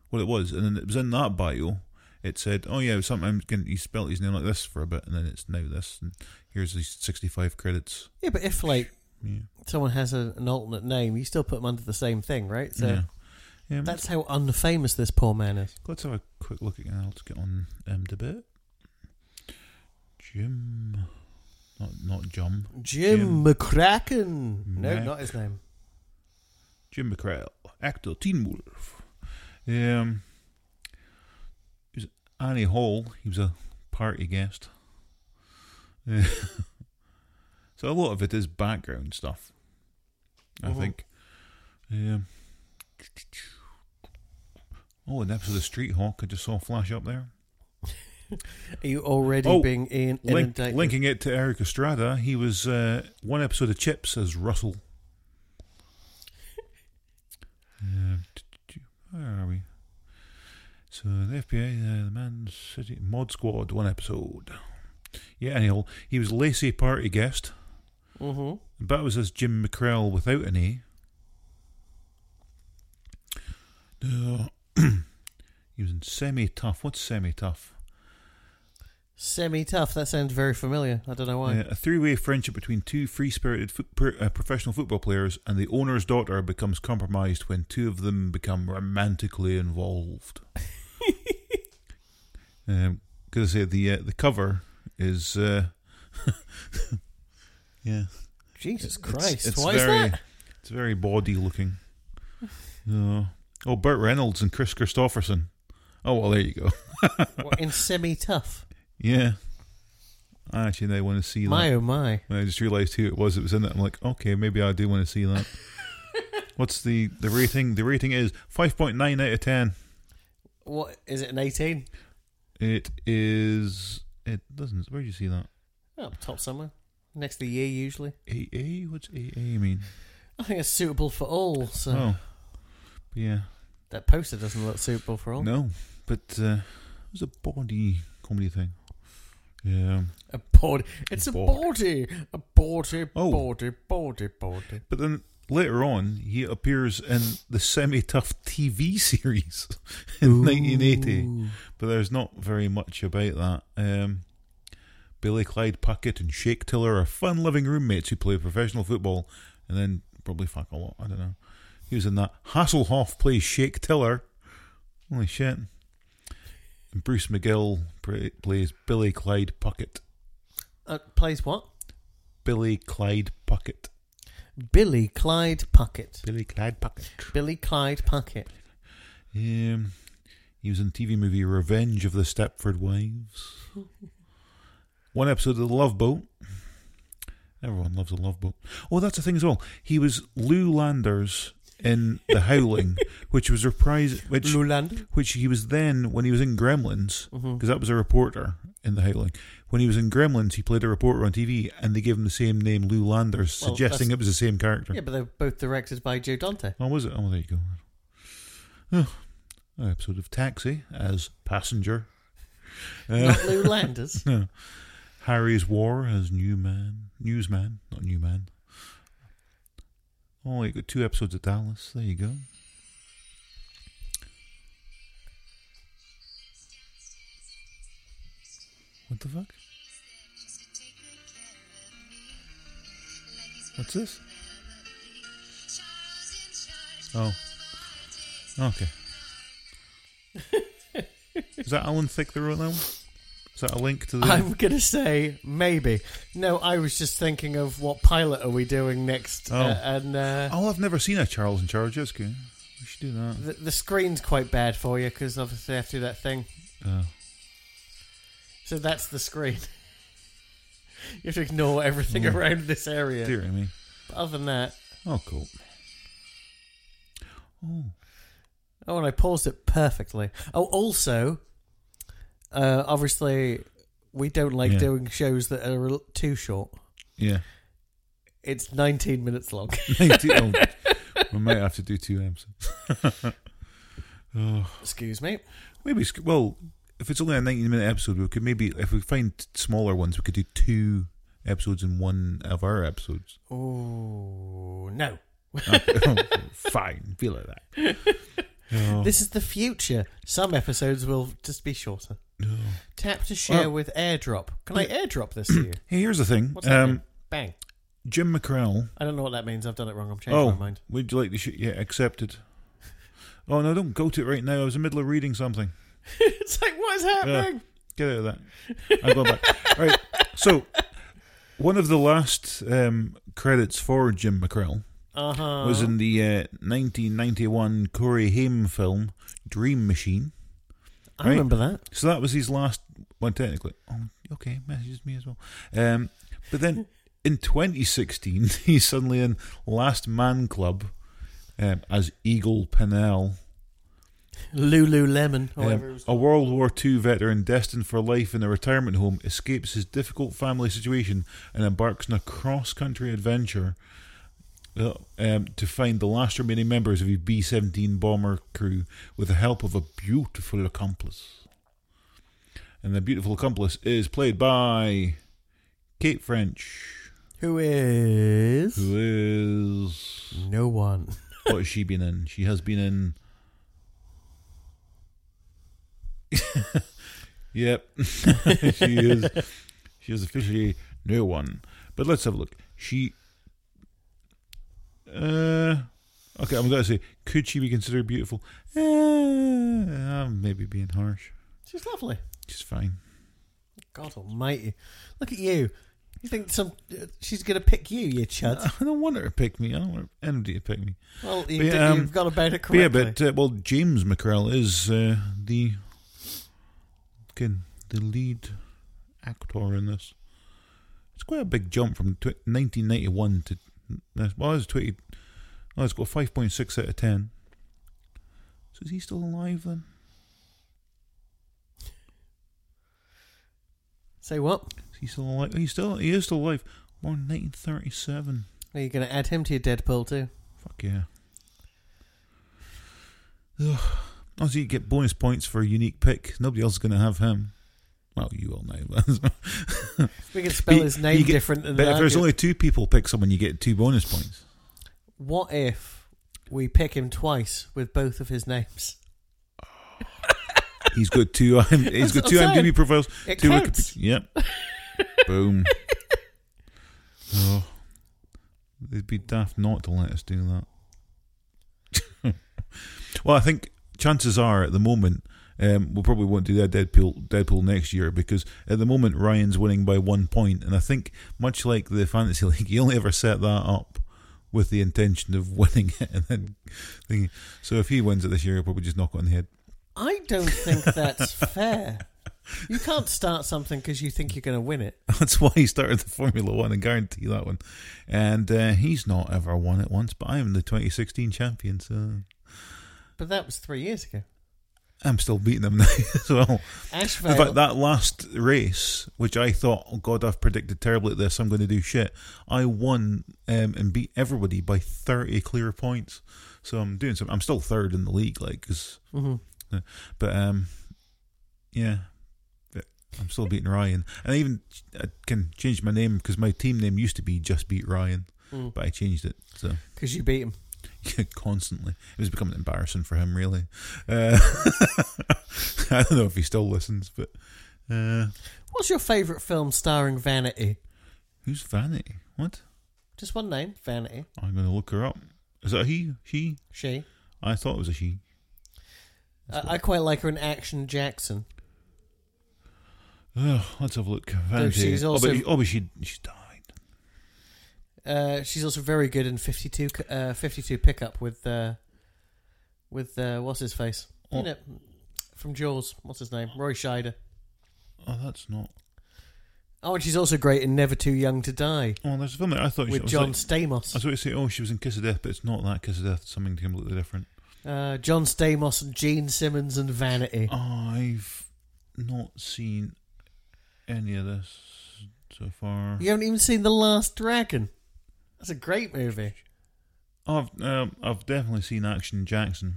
[SPEAKER 2] what it was. And then it was in that bio. It said, oh yeah, sometimes can you spell his name like this for a bit, and then it's now this. And here's these 65 credits.
[SPEAKER 1] Yeah, but if, like,
[SPEAKER 2] Yeah.
[SPEAKER 1] someone has a, an alternate name, you still put them under the same thing, right? So
[SPEAKER 2] yeah. Yeah, Um,
[SPEAKER 1] that's how unfamous this poor man is.
[SPEAKER 2] Let's have a quick look at now. Let's get on um, debate. Jim, not not Jum.
[SPEAKER 1] Jim, McCracken. No,
[SPEAKER 2] Mac-
[SPEAKER 1] not his name.
[SPEAKER 2] Jim McCrell, actor Teen Wolf. Um, it was Annie Hall. He was a party guest. Uh, so a lot of it is background stuff. I
[SPEAKER 1] Mhm.
[SPEAKER 2] think. Um, oh, an episode of Street Hawk I just saw flash up there.
[SPEAKER 1] Are you already
[SPEAKER 2] Oh,
[SPEAKER 1] being in,
[SPEAKER 2] Link,
[SPEAKER 1] inundated?
[SPEAKER 2] linking it to Eric Estrada, he was uh, one episode of Chips as Russell. Uh, t- t- where are we? So the FBI, uh, the Man City Mod Squad, one episode. Yeah, anyhow, he was Lacey party guest,
[SPEAKER 1] hmm
[SPEAKER 2] but it was as Jim McCrell without an E. No. he was in Semi Tough. What's Semi Tough?
[SPEAKER 1] Semi tough. That sounds very familiar. I don't know why.
[SPEAKER 2] Uh, a three-way friendship between two free-spirited foot- pro- uh, professional football players and the owner's daughter becomes compromised when two of them become romantically involved. Um, Because I say the uh, the cover is uh, Yeah.
[SPEAKER 1] Jesus
[SPEAKER 2] It's-
[SPEAKER 1] Christ!
[SPEAKER 2] it's
[SPEAKER 1] Why is
[SPEAKER 2] very-
[SPEAKER 1] that?
[SPEAKER 2] It's very bawdy looking. No. Oh, Burt Reynolds and Chris Christopherson. Oh, well, there you go.
[SPEAKER 1] What, in semi tough.
[SPEAKER 2] Yeah. I actually now want to see that.
[SPEAKER 1] My oh my!
[SPEAKER 2] When I just realised who it was that was in it, I'm like, okay, maybe I do want to see that. What's the, the rating? The rating is 5.9 out of 10.
[SPEAKER 1] What is it? An eighteen?
[SPEAKER 2] It is. It doesn't. Where do you see that?
[SPEAKER 1] Up Oh, top somewhere. Next to the year usually.
[SPEAKER 2] AA? What's AA mean?
[SPEAKER 1] I think it's suitable for all. So
[SPEAKER 2] Oh. But yeah.
[SPEAKER 1] that poster doesn't look suitable for all.
[SPEAKER 2] No. But uh, it was a body comedy thing. Yeah.
[SPEAKER 1] A body. It's a
[SPEAKER 2] Bod.
[SPEAKER 1] body. A body.
[SPEAKER 2] Oh.
[SPEAKER 1] Body. Body. Body.
[SPEAKER 2] But then later on, he appears in the semi tough TV series in 1980.
[SPEAKER 1] Ooh.
[SPEAKER 2] But there's not very much about that. Um, Billy Clyde Puckett and Shake Tiller are fun loving roommates who play professional football and then probably fuck a lot. I don't know. He was in that. Hasselhoff plays Shake Tiller. Holy shit. And Bruce McGill pra- plays Billy Clyde Puckett.
[SPEAKER 1] Uh, plays what?
[SPEAKER 2] Billy Clyde Puckett.
[SPEAKER 1] Billy Clyde Puckett.
[SPEAKER 2] Billy Clyde Puckett.
[SPEAKER 1] Billy Clyde Puckett.
[SPEAKER 2] Um, he was in TV movie Revenge of the Stepford Wives. One episode of The Love Boat. Everyone loves The Love Boat. Oh, that's the thing as well. He was Lou Landers in The Howling, which was reprised. Which
[SPEAKER 1] Luland.
[SPEAKER 2] which he was then when he was in Gremlins, because
[SPEAKER 1] Mm-hmm.
[SPEAKER 2] that was a reporter in The Howling. When he was in Gremlins, he played a reporter on TV, and they gave him the same name, Lou Landers,
[SPEAKER 1] Well,
[SPEAKER 2] suggesting
[SPEAKER 1] that's-
[SPEAKER 2] it was the same character.
[SPEAKER 1] Yeah, but they're both directed by Joe Dante.
[SPEAKER 2] Oh, was it? Oh, there you go. Oh, an episode of Taxi as passenger. Uh,
[SPEAKER 1] Not Lou Landers.
[SPEAKER 2] no. Harry's War as new man, newsman, not new man. Oh, you got two episodes of Dallas. There you go. What the fuck? What's this? Oh. Okay. Is that Alan Thicke that wrote that one? Is that a link to the?
[SPEAKER 1] I'm going to say maybe. No, I was just thinking of what pilot are we doing next.
[SPEAKER 2] Oh.
[SPEAKER 1] Uh, and uh,
[SPEAKER 2] Oh, I've never seen a Charles and Charles Jessica. We should do that.
[SPEAKER 1] the, the screen's quite bad for you because obviously I have to do that thing.
[SPEAKER 2] Uh,
[SPEAKER 1] So that's the screen. you have to ignore everything
[SPEAKER 2] Hmm.
[SPEAKER 1] around this area.
[SPEAKER 2] Dear me.
[SPEAKER 1] But other than that,
[SPEAKER 2] Oh, cool. Oh,
[SPEAKER 1] oh, and I paused it perfectly. Oh, also, uh, obviously, we don't like
[SPEAKER 2] Yeah.
[SPEAKER 1] doing shows that are a l- too short.
[SPEAKER 2] yeah.
[SPEAKER 1] It's 19 minutes long.
[SPEAKER 2] 19 oh, we might have to do two episodes. oh,
[SPEAKER 1] Excuse me.
[SPEAKER 2] maybe, it's- well, if it's only a 19 minute episode, we could maybe, if we find smaller ones, we could do two episodes in one of our episodes.
[SPEAKER 1] Oh, no.
[SPEAKER 2] Fine. Feel like that. Oh,
[SPEAKER 1] This is the future. Some episodes will just be shorter.
[SPEAKER 2] no.
[SPEAKER 1] Tap to share
[SPEAKER 2] Well-
[SPEAKER 1] with airdrop. Can I airdrop this to you?
[SPEAKER 2] Hey, here's the thing.
[SPEAKER 1] What's that?
[SPEAKER 2] Um,
[SPEAKER 1] mean? Bang.
[SPEAKER 2] Jim McCrell
[SPEAKER 1] I don't know what that means. I've done it wrong. I'm changing
[SPEAKER 2] Oh,
[SPEAKER 1] my mind.
[SPEAKER 2] would you like to shoot? Yeah, accepted. Oh no, don't go to it right now. I was in the middle of reading something.
[SPEAKER 1] it's like, what is happening?
[SPEAKER 2] Get out of that. I'm going back. All right. So, one of the last um, credits for Jim McCrell
[SPEAKER 1] Uh huh.
[SPEAKER 2] was in the uh, 1991 Corey Haim film Dream Machine.
[SPEAKER 1] I
[SPEAKER 2] right?
[SPEAKER 1] remember that.
[SPEAKER 2] So that was his last one, technically. Oh, okay, messages me as well. Um, but then in 2016, he's suddenly in Last Man Club um, as Eagle Pennell.
[SPEAKER 1] Lululemon.
[SPEAKER 2] Um,
[SPEAKER 1] However, it was
[SPEAKER 2] a World War II veteran destined for life in a retirement home escapes his difficult family situation and embarks on a cross country adventure uh, um, to find the last remaining members of his B 17 bomber crew with the help of a beautiful accomplice. And the beautiful accomplice is played by Kate French,
[SPEAKER 1] who is
[SPEAKER 2] who is.
[SPEAKER 1] no one?
[SPEAKER 2] What has she been in? She has been in. yep, she is. She is officially no one. But let's have a look. She. Uh, okay, I'm gonna say, could she be considered beautiful? Uh, I'm maybe being harsh.
[SPEAKER 1] She's lovely.
[SPEAKER 2] She's fine.
[SPEAKER 1] God Almighty! Look at you, You think some she's going to pick you, you chud?
[SPEAKER 2] I don't want her to pick me. I don't want anybody to pick me.
[SPEAKER 1] Well, you
[SPEAKER 2] But yeah,
[SPEAKER 1] did,
[SPEAKER 2] um,
[SPEAKER 1] you've got about it
[SPEAKER 2] But yeah,
[SPEAKER 1] correctly.
[SPEAKER 2] but uh, well, James McCrell is uh, the again, the lead actor in this. It's quite a big jump from tw- 1991 to uh, well, it's 20. Well, it's got 5.6 out of 10. So is he still alive then?
[SPEAKER 1] Say what?
[SPEAKER 2] Is he still alive? He's still he is still alive. Born 1937.
[SPEAKER 1] Are you going to add him to your Deadpool too?
[SPEAKER 2] Fuck yeah. Ugh. Also, you get bonus points for a unique pick. Nobody else is going to have him. Well, you will now. but-
[SPEAKER 1] We can spell
[SPEAKER 2] You-
[SPEAKER 1] his
[SPEAKER 2] you
[SPEAKER 1] name
[SPEAKER 2] get-
[SPEAKER 1] different than
[SPEAKER 2] but if
[SPEAKER 1] that.
[SPEAKER 2] there's only two people pick someone, you get two bonus points.
[SPEAKER 1] What if we pick him twice with both of his names?
[SPEAKER 2] He's got two. IM,
[SPEAKER 1] That's
[SPEAKER 2] he's got
[SPEAKER 1] what
[SPEAKER 2] two
[SPEAKER 1] I'm saying.
[SPEAKER 2] IMDb profiles.
[SPEAKER 1] It
[SPEAKER 2] two
[SPEAKER 1] counts.
[SPEAKER 2] Yep. Boom. Oh, it'd be daft not to let us do that. well, I think chances are at the moment um, we probably won't do that Deadpool Deadpool next year because at the moment Ryan's winning by one point, and I think much like the fantasy league, he only ever set that up with the intention of winning it, and then thinking, so if he wins it this year, he'll probably just knock it on the head.
[SPEAKER 1] I don't think that's fair. You can't start something because you think you're going to win it.
[SPEAKER 2] That's why he started the Formula One. I guarantee that one. And uh, he's not ever won it once, but I am the 2016 champion, so
[SPEAKER 1] But that was three years ago.
[SPEAKER 2] I'm still beating him now as well.
[SPEAKER 1] Ashvale.
[SPEAKER 2] In fact, that last race, which I thought, oh God, I've predicted terribly at this, I'm going to do shit, I won um, and beat everybody by 30 clear points. So I'm doing some. I'm still third in the league, like, 'cause-
[SPEAKER 1] Mhm.
[SPEAKER 2] but um, yeah. But I'm still beating Ryan, and I even I can change my name because my team name used to be just beat Ryan.
[SPEAKER 1] Mm.
[SPEAKER 2] but I changed it so
[SPEAKER 1] 'Cause you beat him.
[SPEAKER 2] yeah, constantly. It was becoming embarrassing for him, really. Uh, I don't know if he still listens, but uh,
[SPEAKER 1] What's your favourite film starring Vanity?
[SPEAKER 2] who's Vanity? What?
[SPEAKER 1] Just one name, Vanity.
[SPEAKER 2] I'm going to look her up. Is that a he? She?
[SPEAKER 1] She.
[SPEAKER 2] I thought it was a she.
[SPEAKER 1] I, I quite like her in Action Jackson.
[SPEAKER 2] Ugh, let's have a look. Vanity.
[SPEAKER 1] she's
[SPEAKER 2] oh,
[SPEAKER 1] also-
[SPEAKER 2] but, oh, but she she died.
[SPEAKER 1] Uh, she's also very good in 52, c- uh, 52 pickup with uh, with uh, what's his face
[SPEAKER 2] Oh.
[SPEAKER 1] you know, from Jaws. What's his name? Roy Scheider.
[SPEAKER 2] Oh, that's not.
[SPEAKER 1] Oh, and she's also great in Never Too Young to Die
[SPEAKER 2] Oh, there's a film that I thought she
[SPEAKER 1] with
[SPEAKER 2] was
[SPEAKER 1] John
[SPEAKER 2] Like, I
[SPEAKER 1] Stamos.
[SPEAKER 2] was going to say, oh, she was in Kiss of Death, but it's not that Kiss of Death. It's something completely different.
[SPEAKER 1] Uh, John Stamos and Gene Simmons and
[SPEAKER 2] Oh.
[SPEAKER 1] Vanity.
[SPEAKER 2] I've not seen any of this so far.
[SPEAKER 1] You haven't even seen The Last Dragon. That's a great movie.
[SPEAKER 2] I've um, I've definitely seen Action Jackson.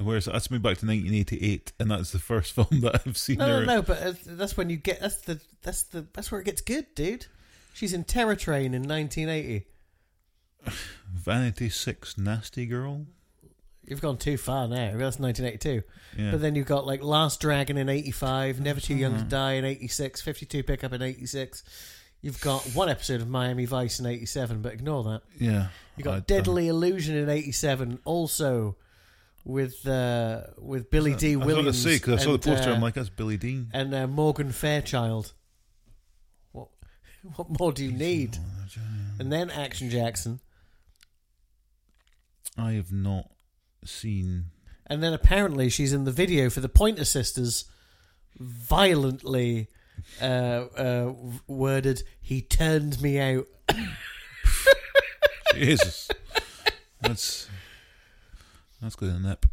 [SPEAKER 2] Whereas that's me back to 1988, and that's the first film that I've seen.
[SPEAKER 1] No,
[SPEAKER 2] her
[SPEAKER 1] no,
[SPEAKER 2] in.
[SPEAKER 1] no. But that's- that's when you get that's the that's the that's where it gets good, dude. She's in Terror Train in 1980.
[SPEAKER 2] Vanity Six, Nasty Girl.
[SPEAKER 1] You've gone too far now. That's 1982.
[SPEAKER 2] Yeah, Mm-hmm.
[SPEAKER 1] But then you've got like Last Dragon in 85, Never Too Young to Die in 86, 52 Pickup in 86. You've got one episode of Miami Vice in 87, but ignore that.
[SPEAKER 2] yeah.
[SPEAKER 1] You got
[SPEAKER 2] I-
[SPEAKER 1] Deadly Illusion in '87, also with uh, with Billy
[SPEAKER 2] I,
[SPEAKER 1] D.
[SPEAKER 2] I was going to
[SPEAKER 1] Williams.
[SPEAKER 2] say because I saw the
[SPEAKER 1] and,
[SPEAKER 2] poster.
[SPEAKER 1] uh,
[SPEAKER 2] I'm like, that's Billy Dean.
[SPEAKER 1] and uh, Morgan Fairchild. What what more do you need? And then Action Jackson,
[SPEAKER 2] I have not seen.
[SPEAKER 1] and then apparently she's in the video for the Pointer Sisters. Violently uh, uh, w- worded, he turned me out.
[SPEAKER 2] Jesus, that's that's good a nip.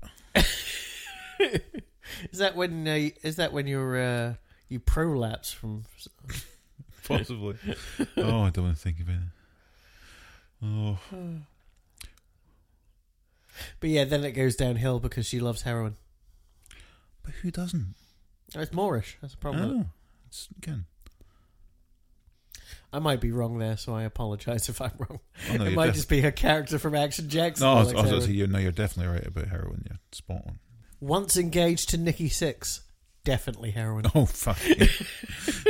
[SPEAKER 1] Is that when? Uh, is that when you're uh, you prolapse from?
[SPEAKER 2] Possibly. oh, I don't want to think about it. Oh,
[SPEAKER 1] But yeah, then it goes downhill because she loves heroin.
[SPEAKER 2] but who doesn't?
[SPEAKER 1] Oh, It's Moorish. That's the
[SPEAKER 2] I
[SPEAKER 1] problem. with
[SPEAKER 2] don't
[SPEAKER 1] it.
[SPEAKER 2] know. It's again.
[SPEAKER 1] I might be wrong there, so I apologise if I'm wrong.
[SPEAKER 2] Oh, no,
[SPEAKER 1] it
[SPEAKER 2] you're
[SPEAKER 1] might
[SPEAKER 2] def-
[SPEAKER 1] just be her character from Action Jackson.
[SPEAKER 2] No, I was,
[SPEAKER 1] Alex
[SPEAKER 2] I was gonna say,
[SPEAKER 1] Irwin.
[SPEAKER 2] you're, no, you're definitely right about heroin. You're spot on.
[SPEAKER 1] Once engaged to Nikki Six, definitely heroin.
[SPEAKER 2] Oh, fuck.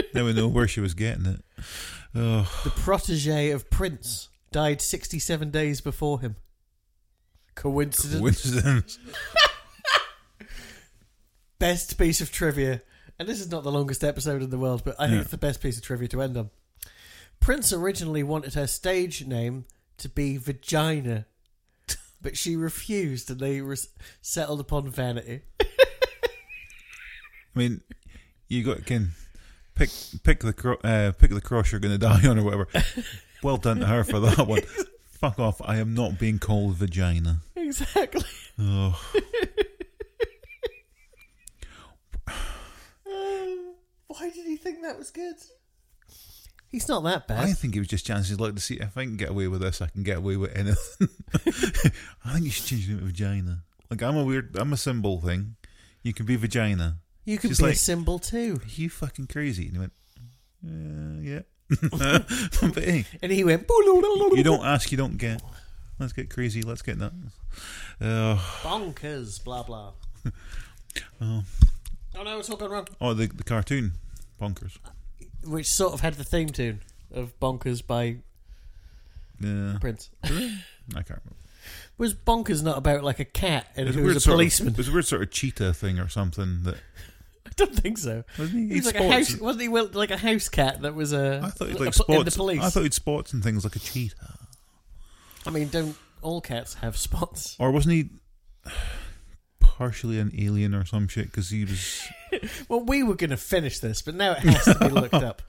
[SPEAKER 2] yeah. now we know where she was getting it. Oh,
[SPEAKER 1] The protege of Prince died 67 days before him. Coincidence?
[SPEAKER 2] coincidence.
[SPEAKER 1] Best piece of trivia And this is not the longest episode in the world, but I think
[SPEAKER 2] No.
[SPEAKER 1] it's the best piece of trivia to end on. Prince originally wanted her stage name to be Vagina, but she refused and they res- settled upon Vanity.
[SPEAKER 2] I mean, you got can pick pick the cro- uh, pick the cross you're going to die on or whatever. well done to her for that one. Fuck off! I am not being called vagina.
[SPEAKER 1] Exactly.
[SPEAKER 2] Ugh.
[SPEAKER 1] Why did he think that was good? He's not that bad.
[SPEAKER 2] I think it was just chances like to see if I can get away with this, I can get away with anything. I think you should change the name to vagina. Like I'm a weird, I'm a symbol thing. You can be vagina.
[SPEAKER 1] you could
[SPEAKER 2] she's
[SPEAKER 1] be a
[SPEAKER 2] like-
[SPEAKER 1] symbol too.
[SPEAKER 2] Are you fucking crazy? And he went, uh, yeah. but hey,
[SPEAKER 1] And he went,
[SPEAKER 2] you don't ask, you don't get. Let's get crazy. Let's get nuts. Uh,
[SPEAKER 1] bonkers, blah, blah.
[SPEAKER 2] oh,
[SPEAKER 1] Oh no, it's all gone wrong.
[SPEAKER 2] oh, the the cartoon, bonkers.
[SPEAKER 1] Which sort of had the theme tune of Bonkers by
[SPEAKER 2] Yeah,
[SPEAKER 1] Prince.
[SPEAKER 2] I can't remember.
[SPEAKER 1] Was Bonkers not about like a cat and
[SPEAKER 2] It
[SPEAKER 1] who was a
[SPEAKER 2] sort of-
[SPEAKER 1] policeman?
[SPEAKER 2] it was a weird sort of cheetah thing or something that
[SPEAKER 1] I don't think so.
[SPEAKER 2] wasn't he?
[SPEAKER 1] He was
[SPEAKER 2] He'd
[SPEAKER 1] like a
[SPEAKER 2] spots
[SPEAKER 1] house, wasn't he? Well, like a house cat that was a
[SPEAKER 2] I thought he'd
[SPEAKER 1] a-
[SPEAKER 2] like
[SPEAKER 1] in the
[SPEAKER 2] spots.
[SPEAKER 1] police.
[SPEAKER 2] I
[SPEAKER 1] I,
[SPEAKER 2] thought he'd spots and things like a cheetah.
[SPEAKER 1] mean, don't all cats have spots?
[SPEAKER 2] Or wasn't he partially an alien or some shit? Because he was.
[SPEAKER 1] Well, we were going to finish this, but now it has to be looked up.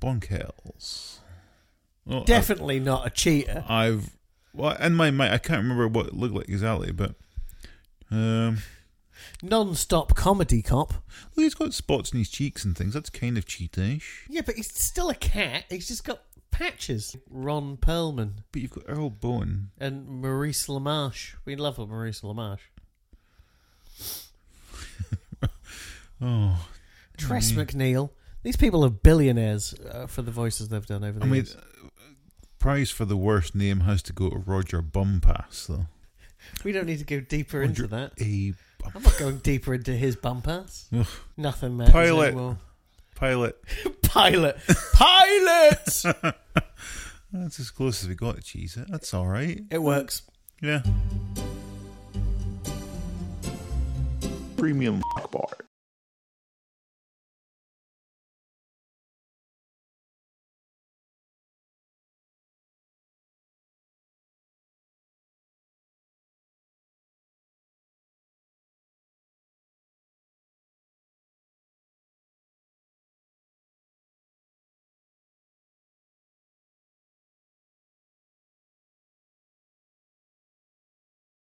[SPEAKER 2] Bonkels. Well, I-
[SPEAKER 1] Definitely not a cheater.
[SPEAKER 2] I've. Well, in my mind, I can't remember what it looked like exactly, but. Um,
[SPEAKER 1] Non-stop comedy cop.
[SPEAKER 2] well, he's got spots in his cheeks and things. That's kind of cheatish.
[SPEAKER 1] Yeah, but he's still a cat. He's just got patches. Ron Perlman
[SPEAKER 2] But you've got Earl Bowen.
[SPEAKER 1] and Maurice LaMarche. We love Maurice LaMarche.
[SPEAKER 2] Oh,
[SPEAKER 1] Tress McNeil. These people are billionaires uh, for the voices they've done over the
[SPEAKER 2] I mean,
[SPEAKER 1] years.
[SPEAKER 2] prize for the worst name has to go to Roger Bumpass, though.
[SPEAKER 1] We don't need to go deeper
[SPEAKER 2] Roger
[SPEAKER 1] into that.
[SPEAKER 2] A
[SPEAKER 1] I'm not going deeper into his bum pass.
[SPEAKER 2] Ugh.
[SPEAKER 1] Nothing matters
[SPEAKER 2] Pilot.
[SPEAKER 1] anymore.
[SPEAKER 2] pilot.
[SPEAKER 1] Pilot. Pilot!
[SPEAKER 2] That's as close as we got to cheese. It. That's all right.
[SPEAKER 1] it works.
[SPEAKER 2] Yeah.
[SPEAKER 3] premium bar.